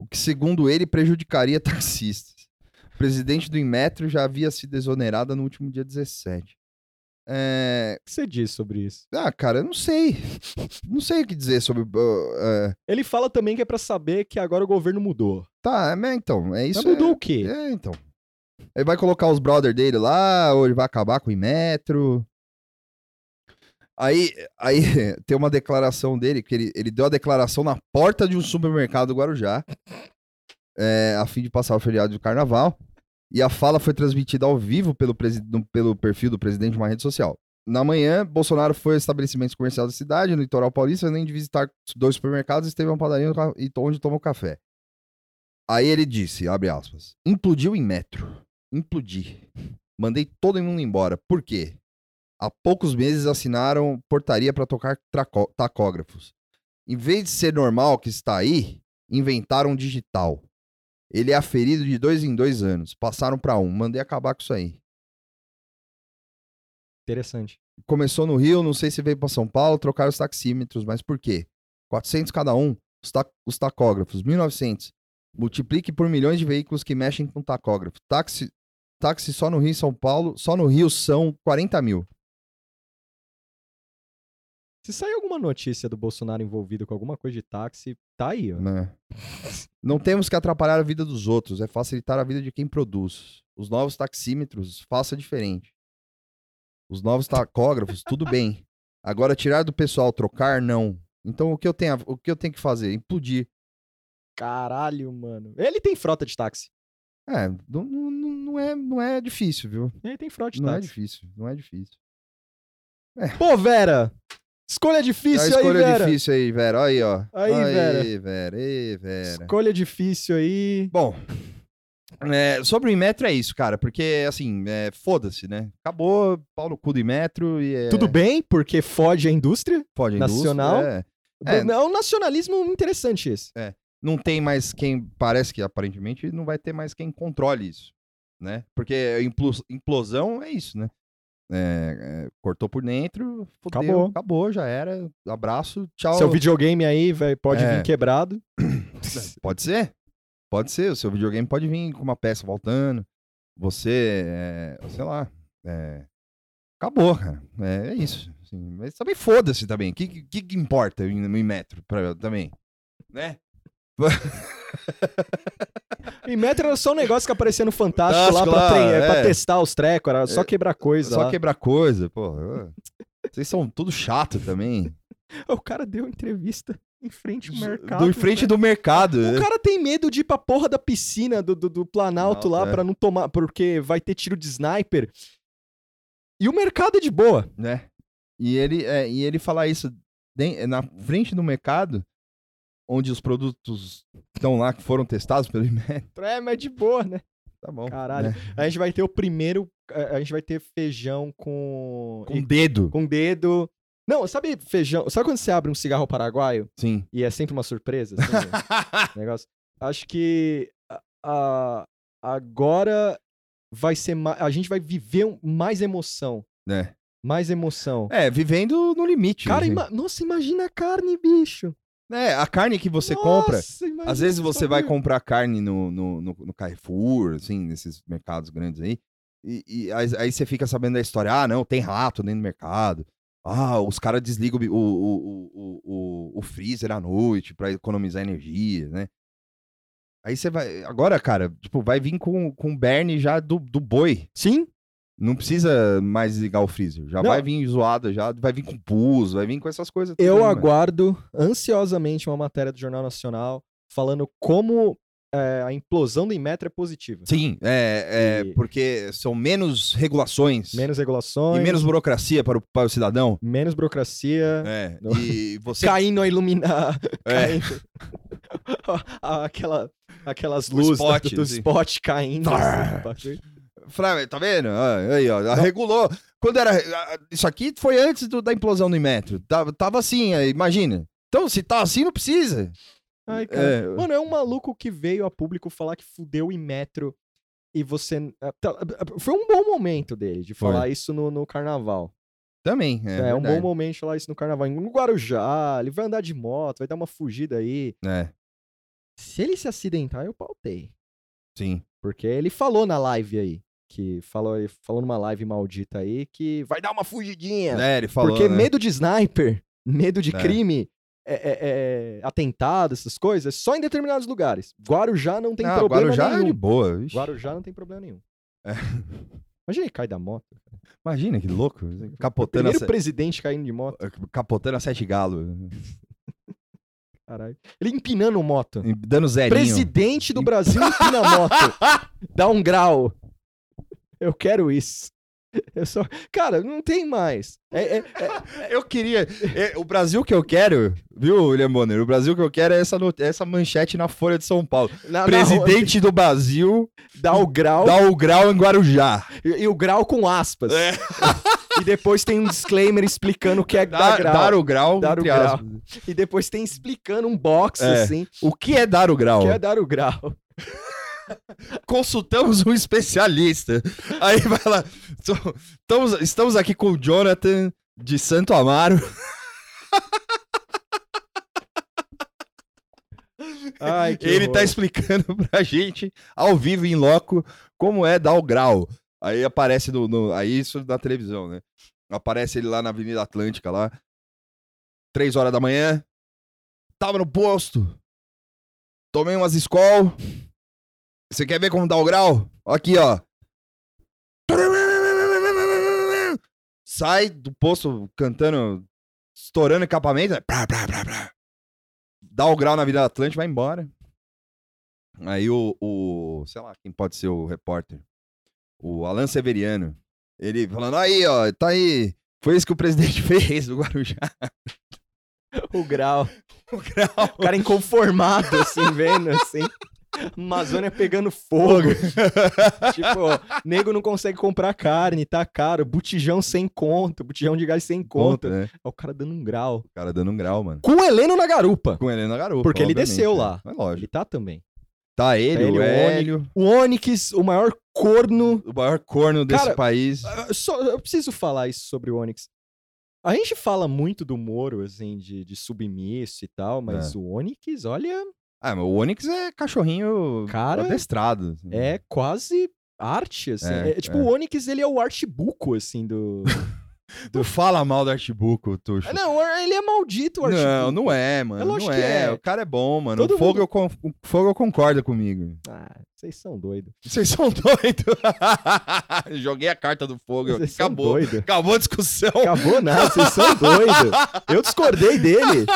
S2: o que, segundo ele, prejudicaria [laughs] taxistas. O presidente do Inmetro já havia sido exonerada no último dia 17. É,
S1: O que você diz sobre isso?
S2: Ah, cara, eu não sei. Não sei o que dizer sobre. uh, é,
S1: Ele fala também que é pra saber que agora o governo mudou.
S2: Tá, mas então, é isso.
S1: Mas mudou
S2: é-
S1: o quê?
S2: É, então. Ele vai colocar os brother dele lá, ou ele vai acabar com o Inmetro. Aí, aí [laughs] tem uma declaração dele, que ele, ele deu a declaração na porta de um supermercado do Guarujá, é, a fim de passar o feriado do carnaval. E a fala foi transmitida ao vivo pelo, presi- no- pelo perfil do presidente de uma rede social. Na manhã, Bolsonaro foi a estabelecimentos comerciais da cidade, no litoral paulista, além de visitar dois supermercados, esteve em uma padaria no ca- e- onde tomou café. Aí ele disse, abre aspas, implodiu em metro. Implodi. Mandei todo mundo embora. Por quê? Há poucos meses assinaram portaria para tocar traco- tacógrafos. Em vez de ser normal que está aí, inventaram um digital. Ele é aferido de dois em dois anos. Passaram para um. Mandei acabar com isso aí.
S1: Interessante.
S2: começou no Rio, não sei se veio para São Paulo, trocaram os taxímetros, mas por quê? 400 cada um, os, ta- os tacógrafos, 1900. Multiplique por milhões de veículos que mexem com tacógrafo. Táxi, táxi só no Rio e São Paulo, só no Rio são 40 mil.
S1: Se sair alguma notícia do Bolsonaro envolvido com alguma coisa de táxi, tá aí, ó.
S2: né? Não temos que atrapalhar a vida dos outros, é facilitar a vida de quem produz. Os novos taxímetros, faça diferente. Os novos tacógrafos, tudo bem. Agora, tirar do pessoal, trocar, não. Então, o que eu tenho, a- o que, eu tenho que fazer? Implodir.
S1: Caralho, mano. Ele tem frota de táxi.
S2: É, não, não- não- não é, não é difícil, viu?
S1: Ele tem frota de
S2: Não é
S1: táxi.
S2: difícil, não é difícil.
S1: Pô, Vera! Escolha
S2: É a
S1: difícil aí,
S2: escolha
S1: Vera.
S2: difícil aí, Vera. Aí, ó.
S1: Aí,
S2: Vera. Ei, Vera.
S1: Escolha difícil aí.
S2: Bom, é, sobre o Inmetro é isso, cara, porque, assim, é, foda-se, né? Acabou, pau no cu do Inmetro e é...
S1: Tudo bem, porque fode a indústria.
S2: Pode a indústria,
S1: nacional.
S2: é.
S1: É,
S2: É.
S1: um nacionalismo interessante esse.
S2: Não tem mais quem, parece que aparentemente não vai ter mais quem controle isso, né? Porque a implu- implosão é isso, né? É, é, cortou por dentro, fudeu,
S1: Acabou.
S2: acabou. já era, abraço, tchau.
S1: Seu videogame aí vai, pode
S2: É.
S1: vir
S2: [coughs]
S1: quebrado.
S2: Pode ser? Pode ser, o seu videogame pode vir com uma peça voltando. Você, é, sei lá. é, acabou, cara. É, é isso. assim. mas também foda-se também. O que, que, que importa em, em metro pra, também? Né?
S1: E metro era só um negócio que aparecia no Fantástico lá
S2: Fantástico
S1: pra,
S2: lá,
S1: tre- é, pra
S2: é.
S1: testar os trecos, era só quebrar coisa.
S2: Só
S1: lá.
S2: quebrar coisa, porra. Vocês são tudo chato
S1: [laughs]
S2: também.
S1: O cara deu entrevista em frente ao mercado. né?
S2: Do em frente do mercado.
S1: O cara tem medo de ir pra porra da piscina do, do, do
S2: Planalto,
S1: Planalto lá
S2: é.
S1: pra não tomar, porque vai ter tiro de sniper. E o mercado é de boa.
S2: né? E ele, é, e ele falar isso den- na frente do mercado, onde os produtos estão lá que foram testados pelo IMED.
S1: É, mas é de boa, né?
S2: Tá bom.
S1: Caralho.
S2: né?
S1: A gente vai ter o primeiro. A a gente vai ter feijão com.
S2: Com o dedo.
S1: com dedo. Não, sabe feijão? Sabe quando você abre um cigarro paraguaio [laughs]
S2: Sim.
S1: e é sempre uma
S2: [laughs]
S1: surpresa? assim, o negócio? Acho que a- a- agora vai ser. ma- A gente vai viver um- mais emoção.
S2: né?
S1: Mais emoção.
S2: É, vivendo no limite.
S1: Cara,
S2: assim.
S1: ima- nossa, imagina a carne, bicho.
S2: É, a carne que você
S1: Nossa, é
S2: compra.
S1: imagina
S2: Às vezes
S1: esse
S2: você vai
S1: bagulho.
S2: comprar carne no, no, no, no Carrefour, assim, nesses mercados grandes aí. E, e aí, aí você fica sabendo da história. Ah, não, tem rato dentro do mercado. Ah, os caras desligam o, bi- o, o, o, o, o freezer à noite pra economizar energia, né? Aí você vai. Agora, cara, tipo, vai vir com, com o berne já do, do boi.
S1: Sim,
S2: Não precisa mais ligar o freezer. Já
S1: Não.
S2: vai vir zoada, já vai vir com pus, vai vir com essas coisas. tudo,
S1: eu
S2: né, mano?
S1: aguardo ansiosamente uma matéria do Jornal Nacional falando como é, a implosão do Inmetro é positiva.
S2: Sim, é, é
S1: E-
S2: porque são menos regulações
S1: Menos
S2: e
S1: regulações,
S2: menos burocracia para o, para o cidadão.
S1: menos burocracia.
S2: É,
S1: Não.
S2: e
S1: [laughs]
S2: você
S1: Caindo a iluminar.
S2: [laughs] é,
S1: caindo. [laughs] Aquela, aquelas
S2: O
S1: luzes
S2: spot,
S1: do, do
S2: assim.
S1: spot caindo. assim,
S2: Tar.
S1: bagulho.
S2: Flávio, tá vendo? Ah, Aí, ó, regulou. Quando era ah, isso aqui foi antes do- da implosão do metro. Tava, tava assim, aí, imagina. Então, se tá assim, não precisa.
S1: Ai, cara.
S2: É,
S1: Mano, é um maluco que veio a público falar que fudeu em metro e você. ah, tá, ah, Foi um bom momento dele de falar isso no, no carnaval.
S2: também.
S1: É,
S2: É,
S1: um bom
S2: verdade.
S1: momento de falar isso no carnaval. No Guarujá, ele vai andar de moto, vai dar uma fugida aí.
S2: É,
S1: Se ele se acidentar, eu pautei.
S2: sim.
S1: Porque ele falou na live aí. Que falou, ele falou numa live maldita aí que vai dar uma fugidinha.
S2: É, ele falou.
S1: Porque
S2: né?
S1: medo de sniper, medo de
S2: É.
S1: crime, é, é- é atentado, essas coisas, é só em determinados lugares. Guarujá não tem
S2: Ah,
S1: problema
S2: Guarujá é de
S1: nenhum.
S2: boa. Ixi.
S1: Guarujá não tem problema nenhum.
S2: É.
S1: Imagina ele cai da moto.
S2: Imagina que louco. Capotando a,
S1: Primeiro
S2: se-
S1: presidente caindo de
S2: é.
S1: moto,
S2: capotando a sete galo.
S1: caralho. Ele empinando moto.
S2: Dando zerinho.
S1: Presidente do
S2: Em-
S1: Brasil empina
S2: [laughs]
S1: moto. Dá um grau. Eu quero isso. Eu só... Cara, não tem mais. É- é-
S2: Eu queria. é, o Brasil que eu quero, viu, William Bonner? O Brasil que eu quero é essa, no- essa manchete na Folha de São Paulo.
S1: Tá na- na
S2: Presidente do Brasil
S1: rua, dá o grau
S2: dá o grau em Guarujá.
S1: e, e o grau com aspas. E depois tem um disclaimer explicando o que é
S2: Dá,
S1: dar grau.
S2: dar o grau.
S1: Dar o
S2: entre
S1: grau.
S2: aspas.
S1: E depois tem explicando um box,
S2: É.
S1: assim,
S2: O que é dar o grau?
S1: que é dar o grau.
S2: Consultamos um especialista. Aí vai lá. "So- Estamos, estamos aqui com o Jonathan de Santo Amaro.
S1: Ai, que
S2: Ele tá
S1: horror.
S2: explicando [laughs] pra gente, ao vivo, em loco, como é dar o grau. Aí aparece no, no- Aí isso na televisão, né? Aparece ele lá na Avenida Atlântica, lá. Três horas da manhã. Tava no posto. Tomei umas escol. Você quer ver como dá o grau? Aqui, ó. Sai do posto cantando, estourando encapamento. né? Pra, pra, pra, pra. Dá o grau na Avenida Atlântica e vai embora. Aí o, o. Sei lá quem pode ser o repórter. O Alan Severiano. Ele falando: aí, ó, tá aí. Foi isso que o presidente [laughs] fez do Guarujá. [laughs]
S1: O grau.
S2: O grau.
S1: O cara inconformado, assim, vendo, assim. Amazônia pegando [laughs] fogo. tipo, nego não consegue comprar carne, tá caro. Botijão sem conta, botijão de gás sem conta.
S2: né?
S1: É o cara dando um grau.
S2: O cara dando um grau, mano.
S1: Com o Heleno na garupa.
S2: Com ele na garupa.
S1: Porque ele
S2: obviamente,
S1: desceu
S2: né?
S1: lá.
S2: É lógico.
S1: Ele tá também.
S2: Tá ele,
S1: Tá ele,
S2: o
S1: o
S2: Hélio,
S1: O Onyx, o maior corno.
S2: o maior corno desse
S1: Cara,
S2: país.
S1: Ah, só- eu preciso falar isso sobre o Onyx. A gente fala muito do Moro, assim, de, de submisso e tal,
S2: É.
S1: mas o Onyx, olha,
S2: Ah, mas o Onix é cachorrinho
S1: Cara,
S2: adestrado. assim.
S1: é quase arte, assim.
S2: É,
S1: É, tipo,
S2: é.
S1: o Onyx, ele é o artibuco, assim,
S2: [laughs]
S1: do...
S2: Tu fala mal do Artibuco, Tuxo.
S1: Ah, não, ele é maldito, o artibuco.
S2: Não, não é, mano. não
S1: lógico que
S2: é.
S1: é.
S2: O cara é bom, mano.
S1: Todo
S2: o Fogo,
S1: mundo-
S2: eu con- o Fogo concorda [laughs] comigo.
S1: Ah, vocês são doidos.
S2: Vocês são
S1: [laughs]
S2: Então- doidos. [laughs] Joguei a carta do Fogo.
S1: Vocês são
S2: Acabou.
S1: doidos.
S2: Acabou a discussão. [laughs]
S1: Acabou nada, vocês são doidos. Eu
S2: [laughs]
S1: discordei dele.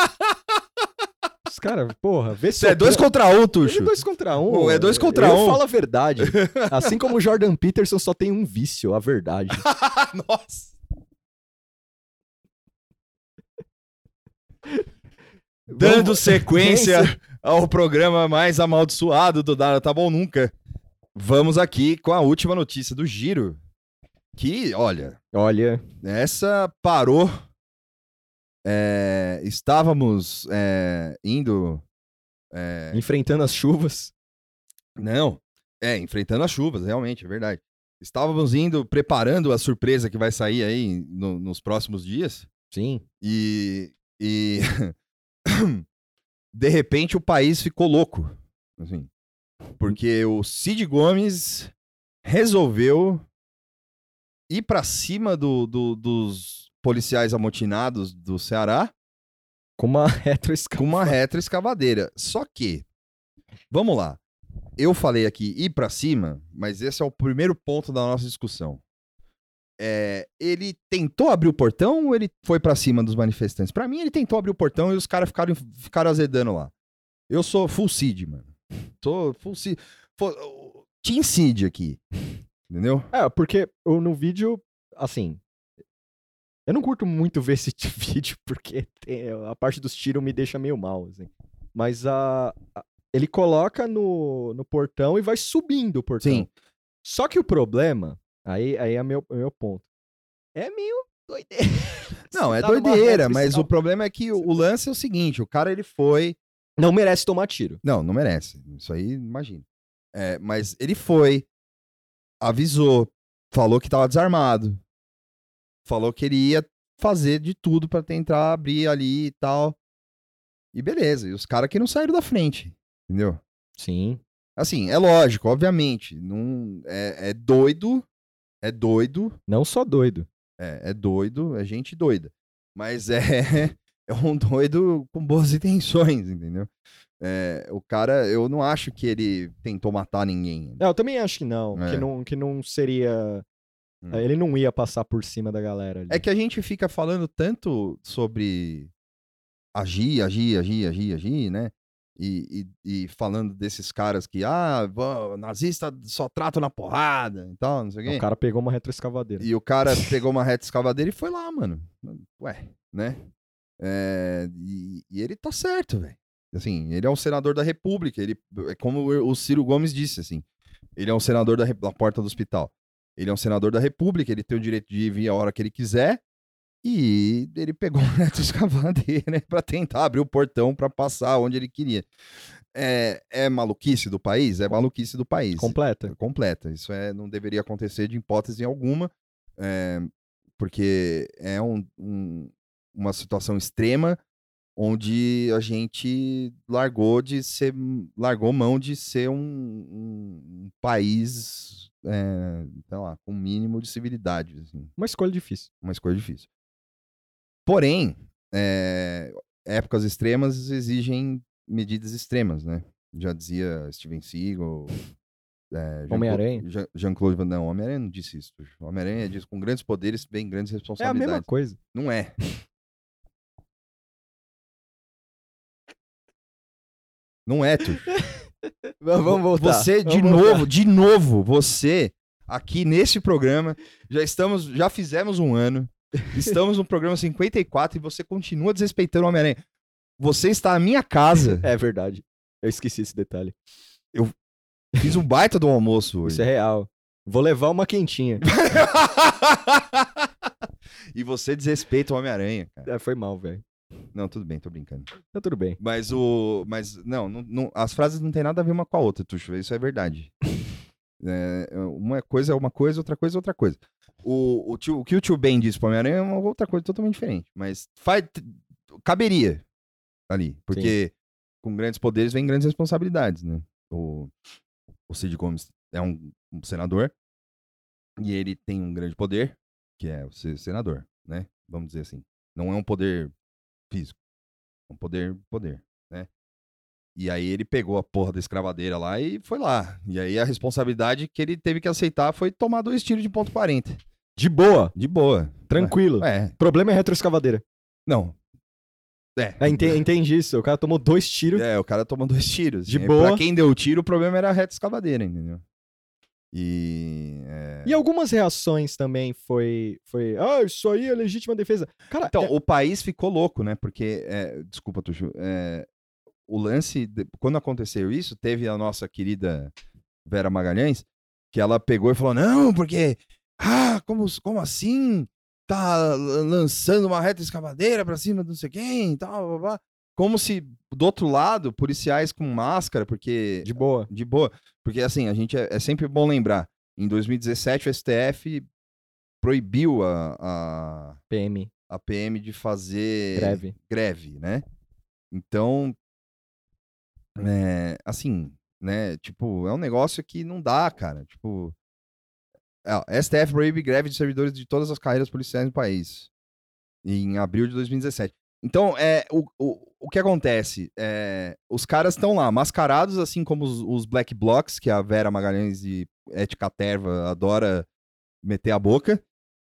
S1: Os caras, porra, vê se
S2: Isso é dois contra um,
S1: É
S2: Tuxo.
S1: dois contra um.
S2: Pô, é dois contra
S1: eu
S2: um.
S1: falo a verdade. Assim como o Jordan Peterson só tem um vício, a verdade.
S2: [laughs] Nossa. Dando [laughs]
S1: Vamos-
S2: sequência ao programa mais amaldiçoado do Dara Tá Bom Nunca, vamos aqui com a última notícia do Giro. Que, olha,
S1: Olha,
S2: essa parou. É, estávamos é, indo. é,
S1: enfrentando as chuvas.
S2: não. É, enfrentando as chuvas, realmente, é verdade. Estávamos indo, preparando a surpresa que vai sair aí no- nos próximos dias.
S1: Sim.
S2: E. e [coughs] de repente o país ficou louco. Assim, porque o Cid Gomes resolveu ir pra cima do- do- dos policiais amotinados do Ceará
S1: Com uma [laughs] retroescala.
S2: com uma retroescavadeira. Só que, vamos lá. Eu falei aqui ir pra cima, mas esse é o primeiro ponto da nossa discussão. É, ele tentou abrir o portão ou ele foi pra cima dos manifestantes? Pra mim, ele tentou abrir o portão e os caras ficaram, ficaram azedando lá. Eu sou full seed, mano. Tô full seed. Fo- Team seed aqui. Entendeu?
S1: É, porque eu, no vídeo, assim. Eu não curto muito ver esse [laughs] tipo vídeo, porque tem- a parte dos tiros me deixa meio mal, assim. Mas a. a- ele coloca no, no portão e vai subindo o portão.
S2: Sim.
S1: Só que o problema, aí, aí é meu, meu ponto. É meio doideira. [laughs]
S2: Não,
S1: Você
S2: é
S1: tá numa
S2: doideira,
S1: reta
S2: mas o
S1: escala-
S2: problema é que o- o lance é o seguinte: o cara ele foi
S1: Não merece tomar tiro.
S2: Não, não merece. Isso aí, imagina. É, mas ele foi, avisou, falou que tava desarmado, falou que ele ia fazer de tudo pra tentar abrir ali e tal. E beleza, e os caras que não saíram da frente, entendeu?
S1: Sim.
S2: Assim, é lógico, obviamente, não é, é doido, é doido,
S1: Não só doido.
S2: é, é doido, é gente doida. Mas é, [laughs] é um doido com boas intenções, entendeu? É, o cara, eu não acho que ele tentou matar ninguém.
S1: É, Eu também acho que não.
S2: É.
S1: Que, não que não seria.
S2: Hum.
S1: Ele não ia passar por cima da galera ali.
S2: É que a gente fica falando tanto sobre agir, agir, agir, agir, agir, né? E, e- e falando desses caras que, ah, vão- nazista só trato na porrada e tal, não sei o quê.
S1: O É um cara pegou uma retroescavadeira.
S2: E o cara pegou uma reta escavadeira e foi lá, mano. Ué, né? É, e, e ele tá certo, velho. Assim, ele é um senador da República. Ele, é como o o Ciro Gomes disse, assim. Ele é um senador da, re- da porta do hospital. Ele é um senador da República. Ele tem o direito de vir a hora que ele quiser. E [laughs] né, ele pegou uma reta escavadeira pra tentar abrir o portão pra passar onde ele queria. é, é maluquice do país? É maluquice do país.
S1: Completa.
S2: completa. Isso é, não deveria acontecer de hipótese alguma, é, porque é um- um- uma situação extrema onde a gente largou de ser, largou mão de ser um, um- um país, é, sei lá, com o mínimo de civilidade, assim,
S1: Uma escolha difícil.
S2: uma escolha difícil. Porém, é, épocas extremas exigem medidas extremas, né? Já dizia Steven Seagal, é, Jean-Clau-
S1: Homem-Aranha. Uhum.
S2: Jean- Jean-Claude Van Não, Homem-Aranha não disse isso. bicho. Homem-Aranha diz com grandes poderes, bem grandes
S1: É a
S2: responsabilidades.
S1: mesma coisa.
S2: Não é. Não é, tu.
S1: [laughs] Vamos voltar.
S2: Você, de
S1: Vamos
S2: novo,
S1: voltar.
S2: de novo, você, aqui nesse programa, já estamos, já fizemos um
S1: [laughs]
S2: ano, estamos no programa 54 e você continua desrespeitando o Homem-Aranha. Você está na minha casa,
S1: É verdade. Eu esqueci esse detalhe.
S2: fiz um baita do almoço hoje.
S1: Isso é real. Vou levar uma [laughs] quentinha.
S2: [laughs] e você desrespeita o Homem-Aranha, cara.
S1: Ah, Foi mal, velho.
S2: Não, tudo bem, tô brincando.
S1: Tá tudo bem.
S2: Mas o. Mas, não, não, não- as frases não tem nada a ver uma com a outra, Tuxo. Isso é verdade. É, uma coisa é uma coisa, outra coisa é outra coisa. O, o, tio- o que o tio Ben disse pro Homem-Aranha é uma outra coisa totalmente diferente. Mas faz, caberia ali. Porque com grandes poderes vem grandes responsabilidades, né? O, o Cid Gomes é um, um senador e ele tem um grande poder, que é ser senador, né? Vamos dizer assim. Não é um poder físico. É um poder, poder, né? E aí ele pegou a porra da escravadeira lá e foi lá. E aí a responsabilidade que ele teve que aceitar foi tomar dois tiros de ponto 40.
S1: De boa.
S2: De boa.
S1: Tranquilo.
S2: É,
S1: Problema é retroescavadeira.
S2: não. É.
S1: É, ente- entendi isso. O cara tomou dois tiros.
S2: É, o cara tomou dois tiros.
S1: De
S2: É, Pra
S1: boa.
S2: quem deu o tiro, o problema era a reta escavadeira, entendeu? E. é,
S1: E algumas reações também foi, foi, ah, isso aí é legítima defesa. Cara,
S2: Então,
S1: é-
S2: o país ficou louco, né? Porque, é, desculpa, Tuxu, é, o lance, de- quando aconteceu isso, teve a nossa querida Vera Magalhães, que ela pegou e falou, não, porque, ah, como, como assim? Tá lançando uma reta escavadeira pra cima de não sei quem e tal, blá, blá, blá. Como se, do outro lado, policiais com máscara, porque...
S1: é, de boa.
S2: De boa. Porque, assim, a gente é, é sempre bom lembrar. Em 2017, o STF proibiu a, a,
S1: PM,
S2: a PM de fazer
S1: greve.
S2: greve, né? Então, é, assim, né? Tipo, é um negócio que não dá, cara. Tipo, é, ó, STF proíbe greve de servidores de todas as carreiras policiais no país. Em abril de 2017. Então, é, o, o, o que acontece? É, os caras estão lá, mascarados, assim como os, os Black Blocks, que a Vera Magalhães e Etica Terva adora meter a boca.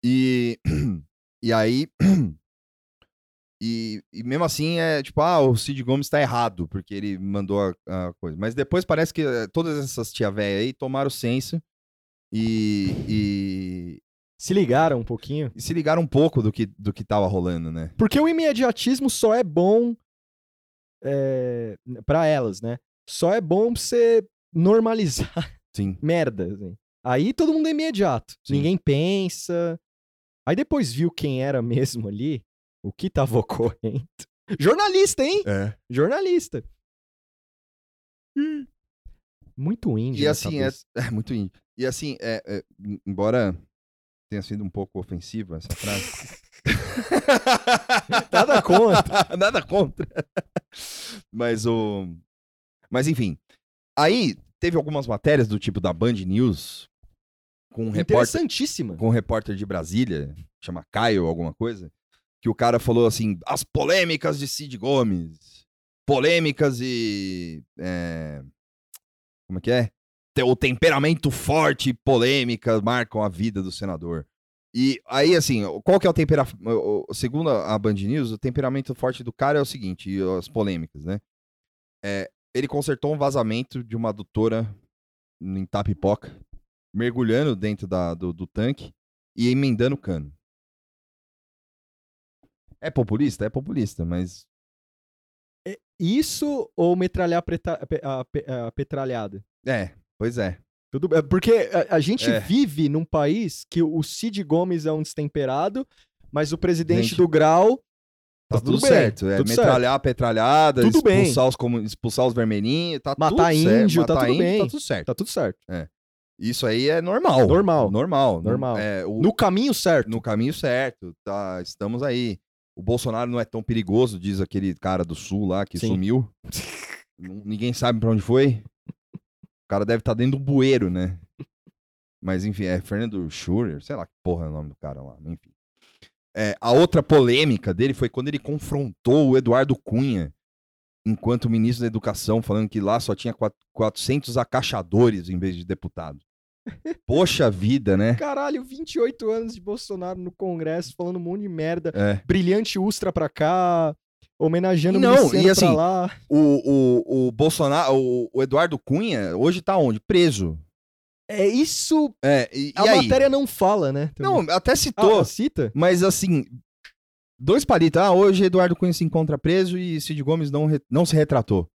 S2: E, [clears throat] e aí. E, e mesmo assim é tipo, ah, o Cid Gomes tá errado, porque ele mandou a, a coisa. Mas depois parece que eh, todas essas tia véia aí tomaram senso e, e,
S1: Se ligaram um pouquinho.
S2: e se ligaram um pouco do que, do que tava rolando, né?
S1: Porque o imediatismo só é bom é, para elas, né? Só é bom pra você normalizar [laughs]
S2: Sim.
S1: merda. assim. Aí todo mundo é imediato.
S2: Sim.
S1: Ninguém pensa. Aí depois viu quem era mesmo ali, o que tava [laughs] ocorrendo. Jornalista, hein?
S2: É.
S1: Jornalista. Hum. Muito índio. né,
S2: E
S1: na
S2: assim, é,
S1: cabeça.
S2: é muito índio. E assim, é, é, em- embora tenha sido um pouco ofensiva essa frase. é- [laughs]
S1: Nada contra.
S2: Nada contra. Mas o. Mas enfim. Aí teve algumas matérias do tipo da Band News com um repórter,
S1: Interessantíssima.
S2: com um repórter de Brasília, chama Caio alguma coisa, que o cara falou assim: as polêmicas de Cid Gomes. Polêmicas e. é, como é que é? Te- O temperamento forte e polêmicas marcam a vida do senador. E aí, assim, qual que é o temperamento. Segundo a a Band News, o temperamento forte do cara é o seguinte, e as polêmicas, né? É, ele consertou um vazamento de uma adutora em Tapipoca, mergulhando dentro da- do, do tanque e emendando o cano. É populista? É populista, mas.
S1: Isso ou metralhar preta- pe- a pe- a petralhada?
S2: É, pois é.
S1: Tudo bem. Porque a, a gente
S2: É.
S1: vive num país que o Cid Gomes é um destemperado, mas o presidente
S2: Gente.
S1: do Grau
S2: Tá, tudo, certo. É,
S1: tudo certo.
S2: metralhar a petralhada,
S1: Tudo bem.
S2: expulsar, Os comun... expulsar os vermelhinhos, tá
S1: Matar
S2: tudo certo.
S1: índio, tá
S2: Matar
S1: tudo
S2: índio,
S1: bem.
S2: Tá tudo certo.
S1: Tá tudo certo.
S2: Isso aí é normal.
S1: Normal.
S2: Normal.
S1: Normal.
S2: É, o-
S1: No caminho certo.
S2: no caminho certo, tá? Estamos aí. O Bolsonaro não é tão perigoso, diz aquele cara do sul lá que
S1: Sim.
S2: sumiu. N- Ninguém sabe pra onde foi. O cara deve estar dentro do bueiro, né? Mas enfim, é Fernando Schurer, sei lá que porra é o nome do cara lá, enfim. É, a outra polêmica dele foi quando ele confrontou o Eduardo Cunha enquanto ministro da Educação, falando que lá só tinha quat- 400 acaixadores em vez de deputados. Poxa vida, né?
S1: Caralho, 28 anos de Bolsonaro no Congresso, falando um monte de merda.
S2: É.
S1: Brilhante Ustra pra cá, homenageando
S2: Não,
S1: o Miliciano
S2: e assim,
S1: pra lá.
S2: O, o, o Bolsonaro, o, o Eduardo Cunha, hoje tá onde? Preso.
S1: É isso.
S2: É, e,
S1: A
S2: e aí?
S1: matéria não fala, né?
S2: Não, até citou,
S1: Ah, cita?
S2: mas assim, dois palitos. Ah, hoje Eduardo Cunha se encontra preso e Cid Gomes não, re- não se retratou.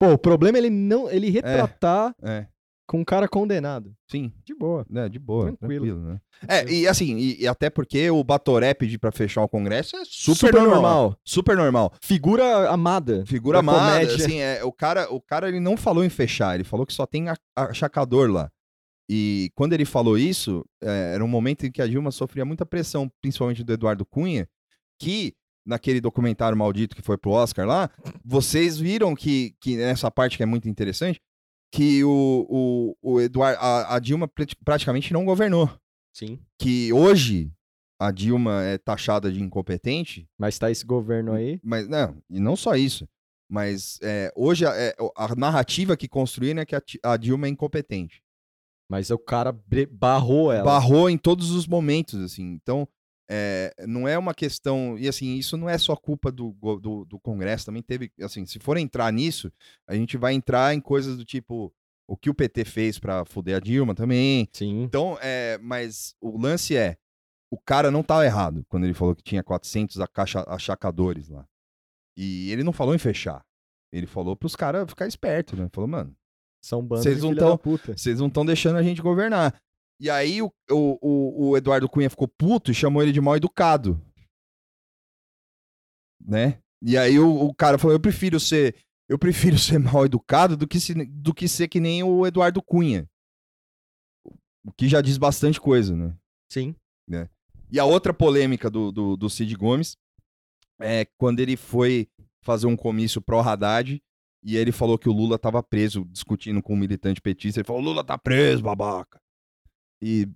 S1: Pô, o problema é ele não ele retratar
S2: É,
S1: com um cara condenado.
S2: sim,
S1: De boa.
S2: né, de boa, tranquilo,
S1: Tranquilo.
S2: né? É, e assim, e, e até porque o Batoré pedir pra fechar o Congresso é super, normal. Super normal.
S1: Figura amada.
S2: Figura
S1: da
S2: amada,
S1: comédia.
S2: assim, é, o cara, o cara ele não falou em fechar, ele falou que só tem a- achacador lá. E quando ele falou isso, é, era um momento em que a Dilma sofria muita pressão, principalmente do Eduardo Cunha, que naquele documentário maldito que foi pro Oscar lá, vocês viram que, que nessa parte que é muito interessante, que o, o, o Eduardo, a, a Dilma prati- praticamente não governou.
S1: Sim.
S2: Que hoje a Dilma é taxada de incompetente,
S1: Mas tá esse governo
S2: Hum.
S1: aí.
S2: mas não, e não só isso. Mas é, hoje a, é, o- a narrativa que construíram é que a, Ti- a Dilma é incompetente.
S1: Mas o cara bre- barrou ela.
S2: Barrou em todos os momentos, assim. Então, é, não é uma questão. E assim, isso não é só culpa do, go- do, do Congresso. Também teve. Assim, se for entrar nisso, a gente vai entrar em coisas do tipo o que o PT fez pra foder a Dilma também.
S1: Sim.
S2: Então, é, mas o lance é, o cara não tava errado quando ele falou que tinha 400 acacha- achacadores lá. E ele não falou em fechar. Ele falou pros caras ficar esperto, né? Falou, mano,
S1: São bandas
S2: Vocês
S1: de
S2: não
S1: filha
S2: tão-
S1: da puta.
S2: vocês não estão deixando a gente governar. E aí o, o, o, o Eduardo Cunha ficou puto e chamou ele de mal educado. Né? E aí o, o cara falou: eu prefiro ser. Eu prefiro ser [laughs] mal educado do que, se- do que ser que nem o Eduardo Cunha. O que já diz bastante coisa, né?
S1: Sim.
S2: E a outra polêmica do, do, do Cid Gomes é quando ele foi fazer um comício pro Haddad e ele falou que o Lula tava preso, discutindo com um militante petista. Ele falou: Lula tá preso, babaca. E.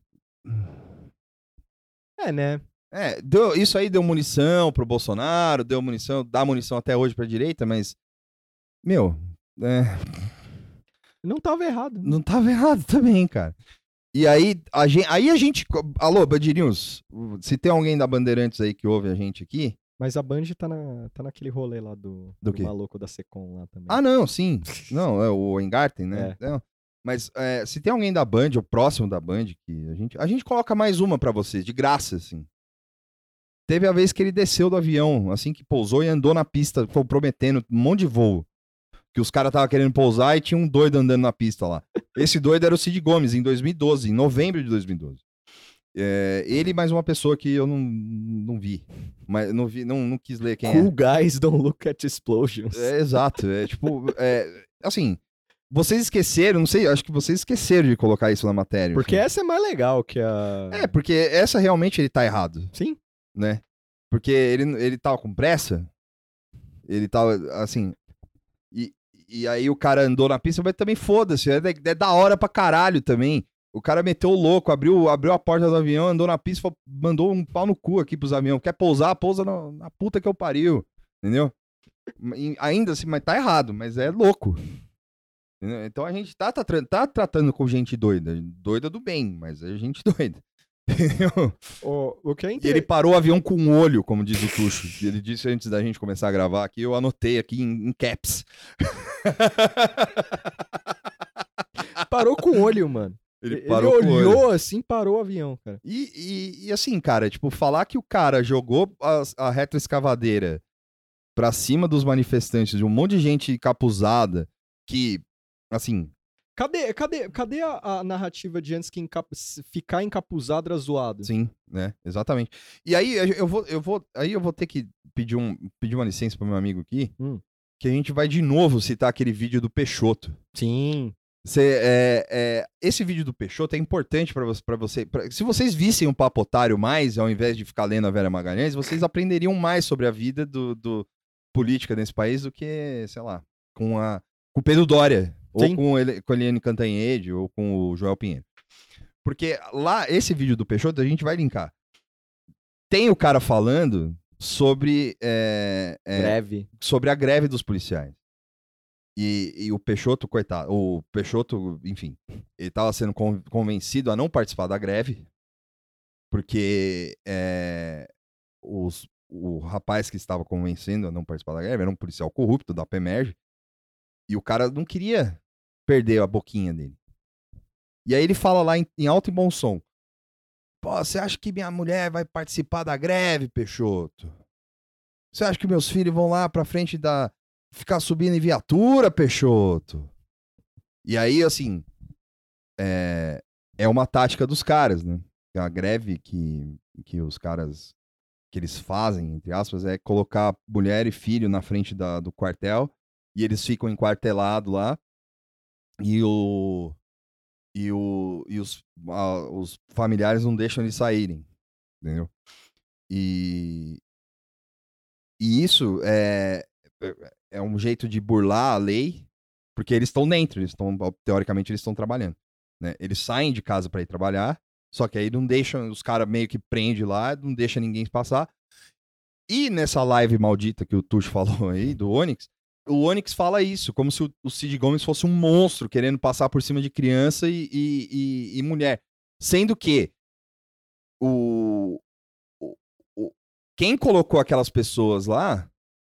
S1: É, né?
S2: É, deu, isso aí deu munição pro Bolsonaro, deu munição, dá munição até hoje pra direita, mas. Meu, é,
S1: Não tava errado.
S2: não tava errado também, cara. E aí a gente. Aí a gente alô, Band News, se tem alguém da Bandeirantes aí que ouve a gente aqui,
S1: Mas a Band tá, na, tá naquele rolê lá do,
S2: Do quê?
S1: maluco da Secom lá também.
S2: Ah, não, sim. Não, é o Engarten, né? Não. Mas é, se tem alguém da Band, ou próximo da Band, que a gente, a gente coloca mais uma pra vocês, de graça, assim. Teve a vez que ele desceu do avião, assim que pousou e andou na pista, foi prometendo um monte de voo. Que os caras estavam querendo pousar e tinha um doido andando na pista lá. Esse doido era o Cid Gomes, em 2012, em novembro de 2012. É, ele e mais uma pessoa que eu não, não vi. Mas não vi, não, não quis ler quem é.
S1: Cool guys don't look at explosions.
S2: É, exato. É tipo, é, assim, vocês esqueceram, não sei, acho que vocês esqueceram de colocar isso na matéria.
S1: Porque
S2: enfim.
S1: essa é mais legal que a.
S2: É, porque essa realmente ele tá errado,
S1: Sim.
S2: né? Porque ele, ele tava com pressa, ele tava, assim, e, e aí o cara andou na pista, mas também foda-se, é, da- é da hora pra caralho também. O cara meteu o louco, abriu, abriu a porta do avião, andou na pista, falou- mandou um pau no cu aqui pros aviões. Quer pousar? Pousa na, na puta que eu pariu, entendeu? E ainda assim, mas tá errado, mas é louco. Entendeu? Então a gente tá, tá, tra- tá tratando com gente doida, doida do bem, mas é gente [laughs] doida. Entendeu?
S1: O, o que é
S2: E ele
S1: interessante.
S2: parou o avião com um olho, como diz o Tuxo. Ele disse antes da gente começar a gravar aqui, eu anotei aqui em, em caps.
S1: [laughs] Parou com o olho, mano.
S2: Ele,
S1: Ele,
S2: parou com o olho.
S1: olhou assim, parou o avião, cara.
S2: E, e- e assim, cara, tipo, falar que o cara jogou a, a retroescavadeira pra cima dos manifestantes, de um monte de gente capuzada, que, assim,
S1: Cadê, cadê, cadê a, a narrativa de antes que encapu- se ficar encapuzado era zoado?
S2: Sim, né? Exatamente. E aí eu- eu vou, eu vou, aí eu vou ter que pedir, um, pedir uma licença pro meu amigo aqui,
S1: Hum.
S2: que a gente vai de novo citar aquele vídeo do Peixoto.
S1: Sim.
S2: Cê, é, é, esse vídeo do Peixoto é importante para você. Pra você pra- se vocês vissem o Papotário mais, ao invés de ficar lendo a Vera Magalhães, vocês aprenderiam mais sobre a vida do, do- política nesse país do que, sei lá, com, a, com o Pedro Dória, ou
S1: Sim.
S2: com, o Ele- com a Eliane Cantanhede, ou com o Joel Pinheiro. Porque lá, esse vídeo do Peixoto, a gente vai linkar. Tem o cara falando sobre. é, é,
S1: Breve.
S2: sobre a greve dos policiais. E, e o Peixoto, coitado, o Peixoto, enfim, ele estava sendo con- convencido a não participar da greve, porque é, os- o rapaz que estava convencendo a não participar da greve era um policial corrupto da PEMERG, e o cara não queria perder a boquinha dele. E aí ele fala lá em, em alto e bom som: Pô, você acha que minha mulher vai participar da greve, Peixoto? Você acha que meus filhos vão lá pra frente da. ficar subindo em viatura, Peixoto? E aí, assim. É, é uma tática dos caras, né? A greve que, que os caras. que eles fazem, entre aspas, é colocar mulher e filho na frente da, do quartel. E eles ficam enquartelados lá. E o. E, o, e os, a- os familiares não deixam eles saírem. Entendeu? E, e isso é, é um jeito de burlar a lei, porque eles estão dentro, eles estão, teoricamente, eles estão trabalhando. Né? Eles saem de casa para ir trabalhar, só que aí não deixam, os caras meio que prende lá, não deixa ninguém passar. E nessa live maldita que o Tuxo [laughs] falou aí, do Onyx, o Onyx fala isso, como se o, o Cid Gomes fosse um monstro querendo passar por cima de criança e, e- e- e mulher. Sendo que o, quem colocou aquelas pessoas lá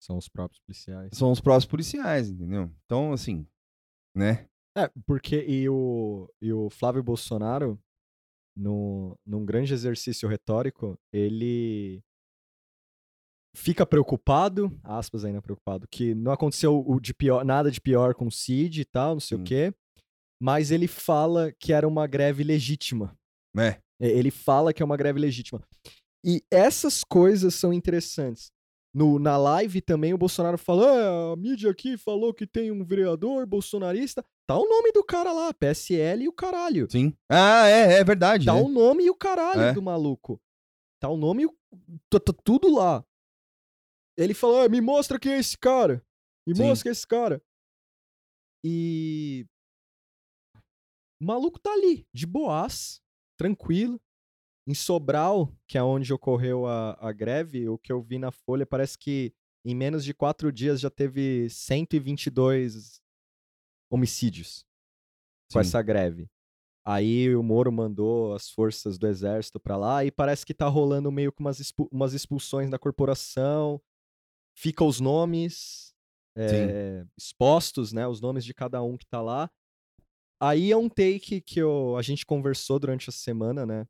S1: São os próprios policiais.
S2: são os próprios policiais, entendeu? Então, assim, né?
S1: É, porque e o, e o Flávio Bolsonaro, no, num grande exercício retórico, ele fica preocupado, aspas ainda preocupado, que não aconteceu o de pior, nada de pior com o Cid e tal, não sei
S2: Sim.
S1: o quê, mas ele fala que era uma greve legítima.
S2: É,
S1: É, Ele fala que é uma greve legítima. E essas coisas são interessantes. No, na live também o Bolsonaro falou: "É, a mídia aqui falou que tem um vereador bolsonarista. Tá o nome do cara lá, PSL e o caralho.
S2: sim. Ah, é, é verdade.
S1: Tá
S2: né?
S1: o nome e o caralho
S2: É.
S1: do maluco. Tá o nome e o. Tá, tá tudo lá. Ele falou: "Ah, me mostra quem é esse cara. Me
S2: Sim.
S1: mostra quem é esse cara. E. O maluco tá ali, de boas, tranquilo. Em Sobral, que é onde ocorreu a, a greve, o que eu vi na Folha, parece que em menos de quatro dias já teve 122 homicídios com
S2: Sim.
S1: essa greve. Aí o Moro mandou as forças do exército pra lá e parece que tá rolando meio que umas, expu- umas expulsões da corporação. Fica os nomes eh, expostos, né? Os nomes de cada um que tá lá. Aí é um take que eu- a gente conversou durante a semana, né?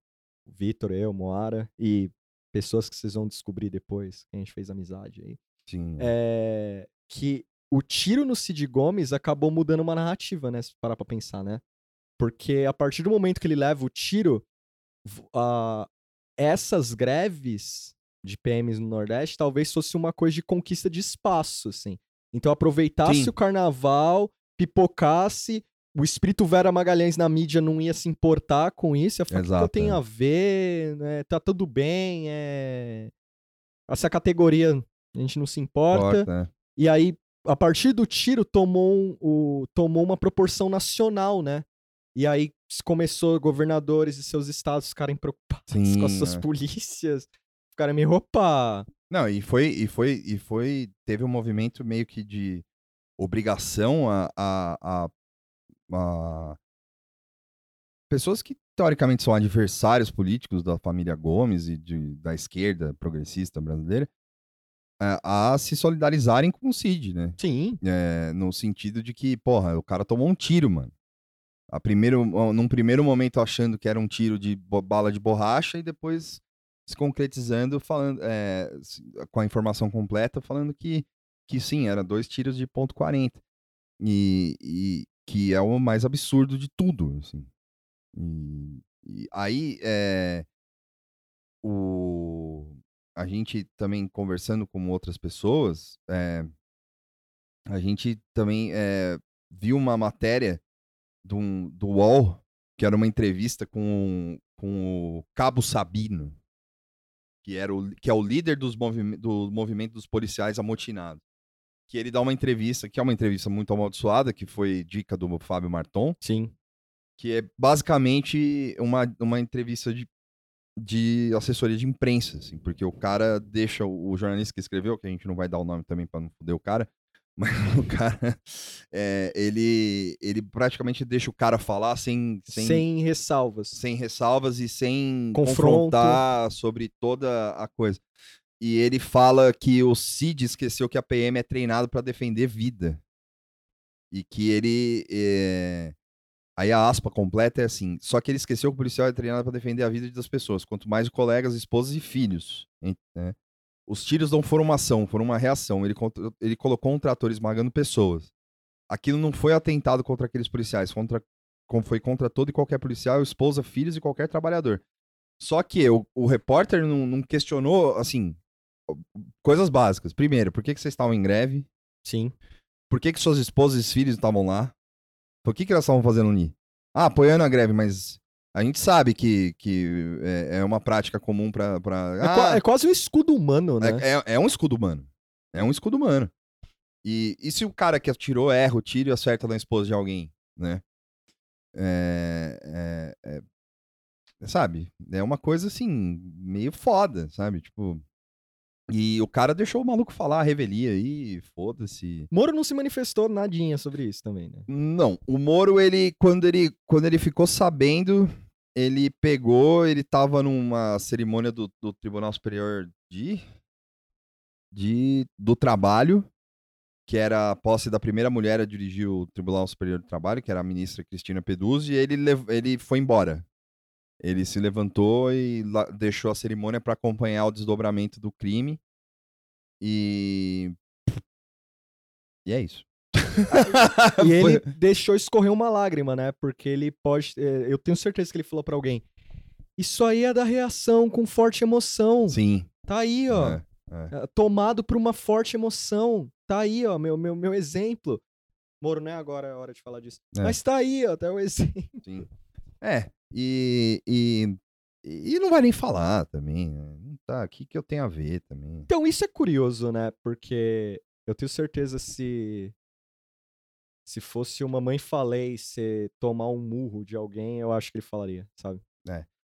S1: O Vitor, eu, Moara e pessoas que vocês vão descobrir depois, que a gente fez amizade aí
S2: Sim.
S1: é, que o tiro no Cid Gomes acabou mudando uma narrativa, né? Se parar pra pensar, né? Porque a partir do momento que ele leva o tiro, v- ah, essas greves de PMs no Nordeste talvez fosse uma coisa de conquista de espaço, assim. Então aproveitasse
S2: Sim.
S1: o carnaval, pipocasse, o espírito Vera Magalhães na mídia não ia se importar com isso, ia falar, "O que que eu
S2: Exato,
S1: tenho
S2: é.
S1: a ver, né? Tá tudo bem, é... Essa categoria a gente não se importa.
S2: Corta, né?
S1: E aí, a partir do tiro, tomou, um- o, tomou uma proporção nacional, né? E aí se começou governadores e seus estados ficarem preocupados
S2: Sim,
S1: com as suas
S2: é.
S1: polícias. Ficarem meio, opa!
S2: Não, e foi, e foi, e foi, teve um movimento meio que de obrigação a, a, a- a- pessoas que teoricamente são adversários políticos da família Gomes e de- da esquerda progressista brasileira a, a se solidarizarem com o Cid, né?
S1: Sim,
S2: É, no sentido de que, porra, o cara tomou um tiro, mano. A primeiro, num primeiro momento achando que era um tiro de bo- bala de borracha e depois se concretizando falando, é, s- com a informação completa, falando que, que sim, era dois tiros de ponto .40. E, e que é o mais absurdo de tudo, assim. E, e aí, é, o, a gente também conversando com outras pessoas, é, a gente também é, viu uma matéria de um- do UOL, que era uma entrevista com, com o Cabo Sabino, que, era o, que é o líder dos movime- do movimento dos policiais amotinados. Que ele dá uma entrevista, que é uma entrevista muito amaldiçoada, que foi dica do Fábio Marton,
S1: Sim.
S2: que é basicamente uma, uma entrevista de, de assessoria de imprensa, assim, porque o cara deixa o, o jornalista que escreveu, que a gente não vai dar o nome também para não foder o cara, [laughs] mas o cara, é, ele, ele praticamente deixa o cara falar sem,
S1: Sem,
S2: sem,
S1: ressalvas.
S2: sem ressalvas e sem
S1: Confronto.
S2: confrontar sobre toda a coisa. E ele fala que o Cid esqueceu que a PM é treinado para defender vida. E que ele. é, Aí a aspa completa é assim. Só que ele esqueceu que o policial é treinado para defender a vida das pessoas, quanto mais colegas, esposas e filhos. Ent- né? Os tiros não foram uma ação, foram uma reação. Ele, contro- ele colocou um trator esmagando pessoas. Aquilo não foi atentado contra aqueles policiais, contra como foi contra todo e qualquer policial, esposa, filhos e qualquer trabalhador. Só que o, o repórter não, não questionou, assim, coisas básicas. Primeiro, por que, que vocês estavam em greve?
S1: Sim.
S2: Por que, que suas esposas e filhos estavam lá? Por que, que elas estavam fazendo unir? Ah, apoiando a greve, mas a gente sabe que, que é, é uma prática comum pra. pra...
S1: É,
S2: Ah,
S1: qua- é quase um escudo humano, né?
S2: é, é- é um escudo humano. É um escudo humano. E, e se o cara que atirou erra o tiro e acerta na esposa de alguém, né? É, é- é- sabe? É uma coisa assim, meio foda, sabe? Tipo. E o cara deixou o maluco falar a revelia aí, foda-se.
S1: Moro não se manifestou nadinha sobre isso
S2: [laughs]
S1: também, né?
S2: Não, o Moro, ele quando, ele quando ele ficou sabendo, ele pegou, ele tava numa cerimônia do, do Tribunal Superior de, de do Trabalho, que era a posse da primeira mulher a dirigir o Tribunal Superior do Trabalho, que era a ministra Cristina Peduzzi, e ele, lev- ele foi embora. Ele se levantou e la- deixou a cerimônia para acompanhar o desdobramento do crime. E. E é isso.
S1: E
S2: [laughs] Foi-
S1: [laughs] ele deixou escorrer uma lágrima, né? Porque ele pode. é, Eu tenho certeza que ele falou pra alguém. Isso aí é da reação com forte emoção.
S2: Sim.
S1: Tá aí, ó.
S2: é.
S1: eh, Tomado por uma forte emoção. Tá aí, ó. Meu, meu, meu exemplo. Moro, não é agora a hora de falar disso.
S2: É.
S1: Mas tá aí, ó. Tá o [laughs] exemplo.
S2: Sim. É, e, e, e não vai nem falar também, né? Não tá, o que, que eu tenho a ver também?
S1: Então, isso é curioso, né? Porque eu tenho certeza se. Se fosse uma mãe falei, se tomar um murro de alguém, eu acho que ele falaria, sabe?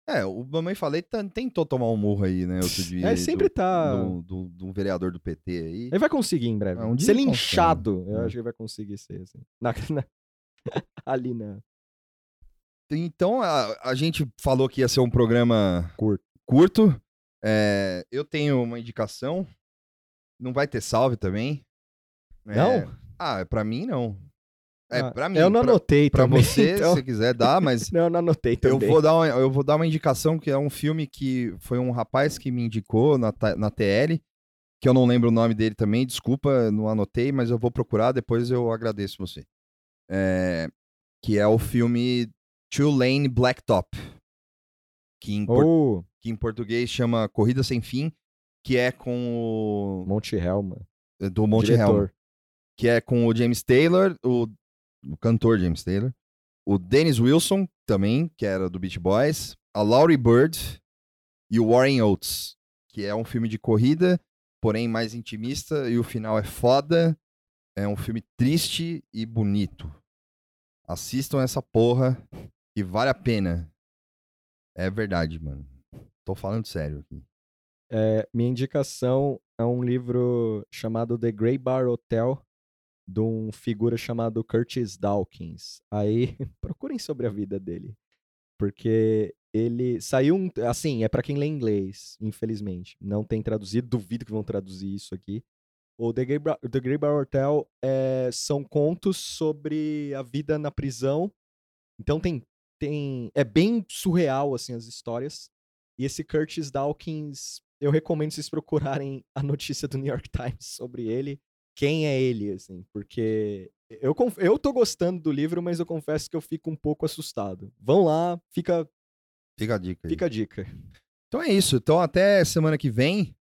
S2: É, o Mamãe Falei tan- tentou tomar um murro aí, né, outro dia.
S1: [laughs] É,
S2: aí
S1: sempre
S2: do,
S1: tá. É
S2: do, do- do um, vereador do PT aí.
S1: Ele vai conseguir em breve.
S2: Ah, um dia
S1: ser
S2: ele consegue,
S1: linchado, eu
S2: né?
S1: acho que ele vai conseguir ser assim. [laughs] Na- na- Ali na.
S2: Então, a, a gente falou que ia ser um programa
S1: Curto.
S2: curto. É, eu tenho uma indicação. Não vai ter salve também. É,
S1: Não?
S2: Ah, pra mim não. É,
S1: Ah,
S2: pra mim.
S1: Eu não
S2: pra,
S1: anotei
S2: pra
S1: também. [laughs]
S2: você,
S1: então-
S2: se quiser dar, mas
S1: Não, eu não anotei
S2: Eu
S1: também.
S2: vou, dar uma, eu vou dar uma indicação que é um filme que foi um rapaz que me indicou na, ta- na TL, que eu não lembro o nome dele também, desculpa, não anotei, mas eu vou procurar, depois eu agradeço você. É, que é o filme Two Lane Blacktop, que em, por-
S1: Ou
S2: que em português chama Corrida Sem Fim, que é com
S1: Monte Helma.
S2: o... do Monte
S1: diretor.
S2: Helm que é com o James Taylor, o, o cantor James Taylor, o Dennis Wilson, também, que era do Beach Boys, a Laurie Bird e o Warren Oates, que é um filme de corrida, porém mais intimista, e o final é foda. É um filme triste e bonito. Assistam essa porra, que vale a pena. É verdade, mano. Tô falando sério aqui.
S1: É, minha indicação é um livro chamado The Grey Bar Hotel, de um figura chamado Curtis Dawkins. Aí, [laughs] procurem sobre a vida dele. Porque ele saiu um. Assim, é pra quem lê inglês, infelizmente. Não tem traduzido, duvido que vão traduzir isso aqui. O The Grey Bar, The Grey Bar Hotel é, são contos sobre a vida na prisão. Então tem, tem. É bem surreal, assim, as histórias. E esse Curtis Dawkins, eu recomendo vocês procurarem a notícia do New York Times sobre ele. Quem é ele, assim? Porque Eu, conf- eu tô gostando do livro, mas eu confesso que eu fico um pouco assustado. Vão lá, fica,
S2: Fica a dica aí.
S1: fica a dica.
S2: Então é isso. Então até semana que vem,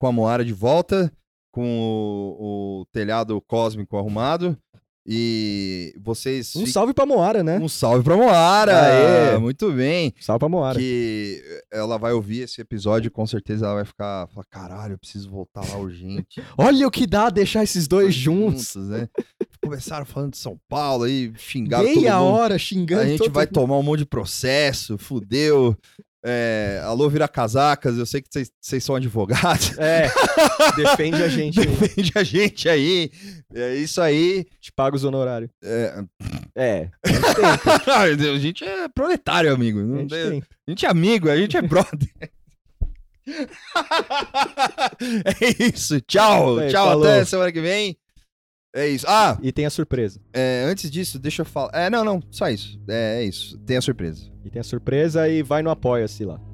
S2: com a Moara de volta, com o, o telhado cósmico arrumado. E vocês.
S1: Um
S2: fiquem-
S1: salve pra Moara, né?
S2: um salve pra Moara!
S1: Aê!
S2: Muito bem.
S1: Salve pra Moara.
S2: Que eh, ela vai ouvir esse episódio e com certeza ela vai ficar. Falar, Caralho, eu preciso voltar lá urgente.
S1: Olha o que dá deixar esses [laughs] dois juntos.
S2: né? Começaram falando de São Paulo aí, xingaram todo
S1: Meia
S2: mundo.
S1: hora xingando.
S2: A gente
S1: todo
S2: vai
S1: mundo.
S2: tomar um monte de processo, fudeu. É, alô, vira casacas, eu sei que vocês- vocês são advogados. [laughs]
S1: É, defende a gente. aí.
S2: Defende a gente aí. É isso aí.
S1: Te paga os honorários.
S2: É,
S1: É,
S2: [laughs] a gente é proletário, amigo.
S1: a
S2: Não
S1: gente
S2: deu-
S1: tem.
S2: a gente é amigo, a gente é brother. [laughs] é isso. Tchau.
S1: É,
S2: tchau.
S1: falou.
S2: Até semana que vem. É isso. Ah,
S1: E tem a surpresa.
S2: é, antes disso, deixa eu falar. É, não, não. Só isso. É, é isso. Tem a surpresa.
S1: E tem a surpresa e vai no Apoia-se lá.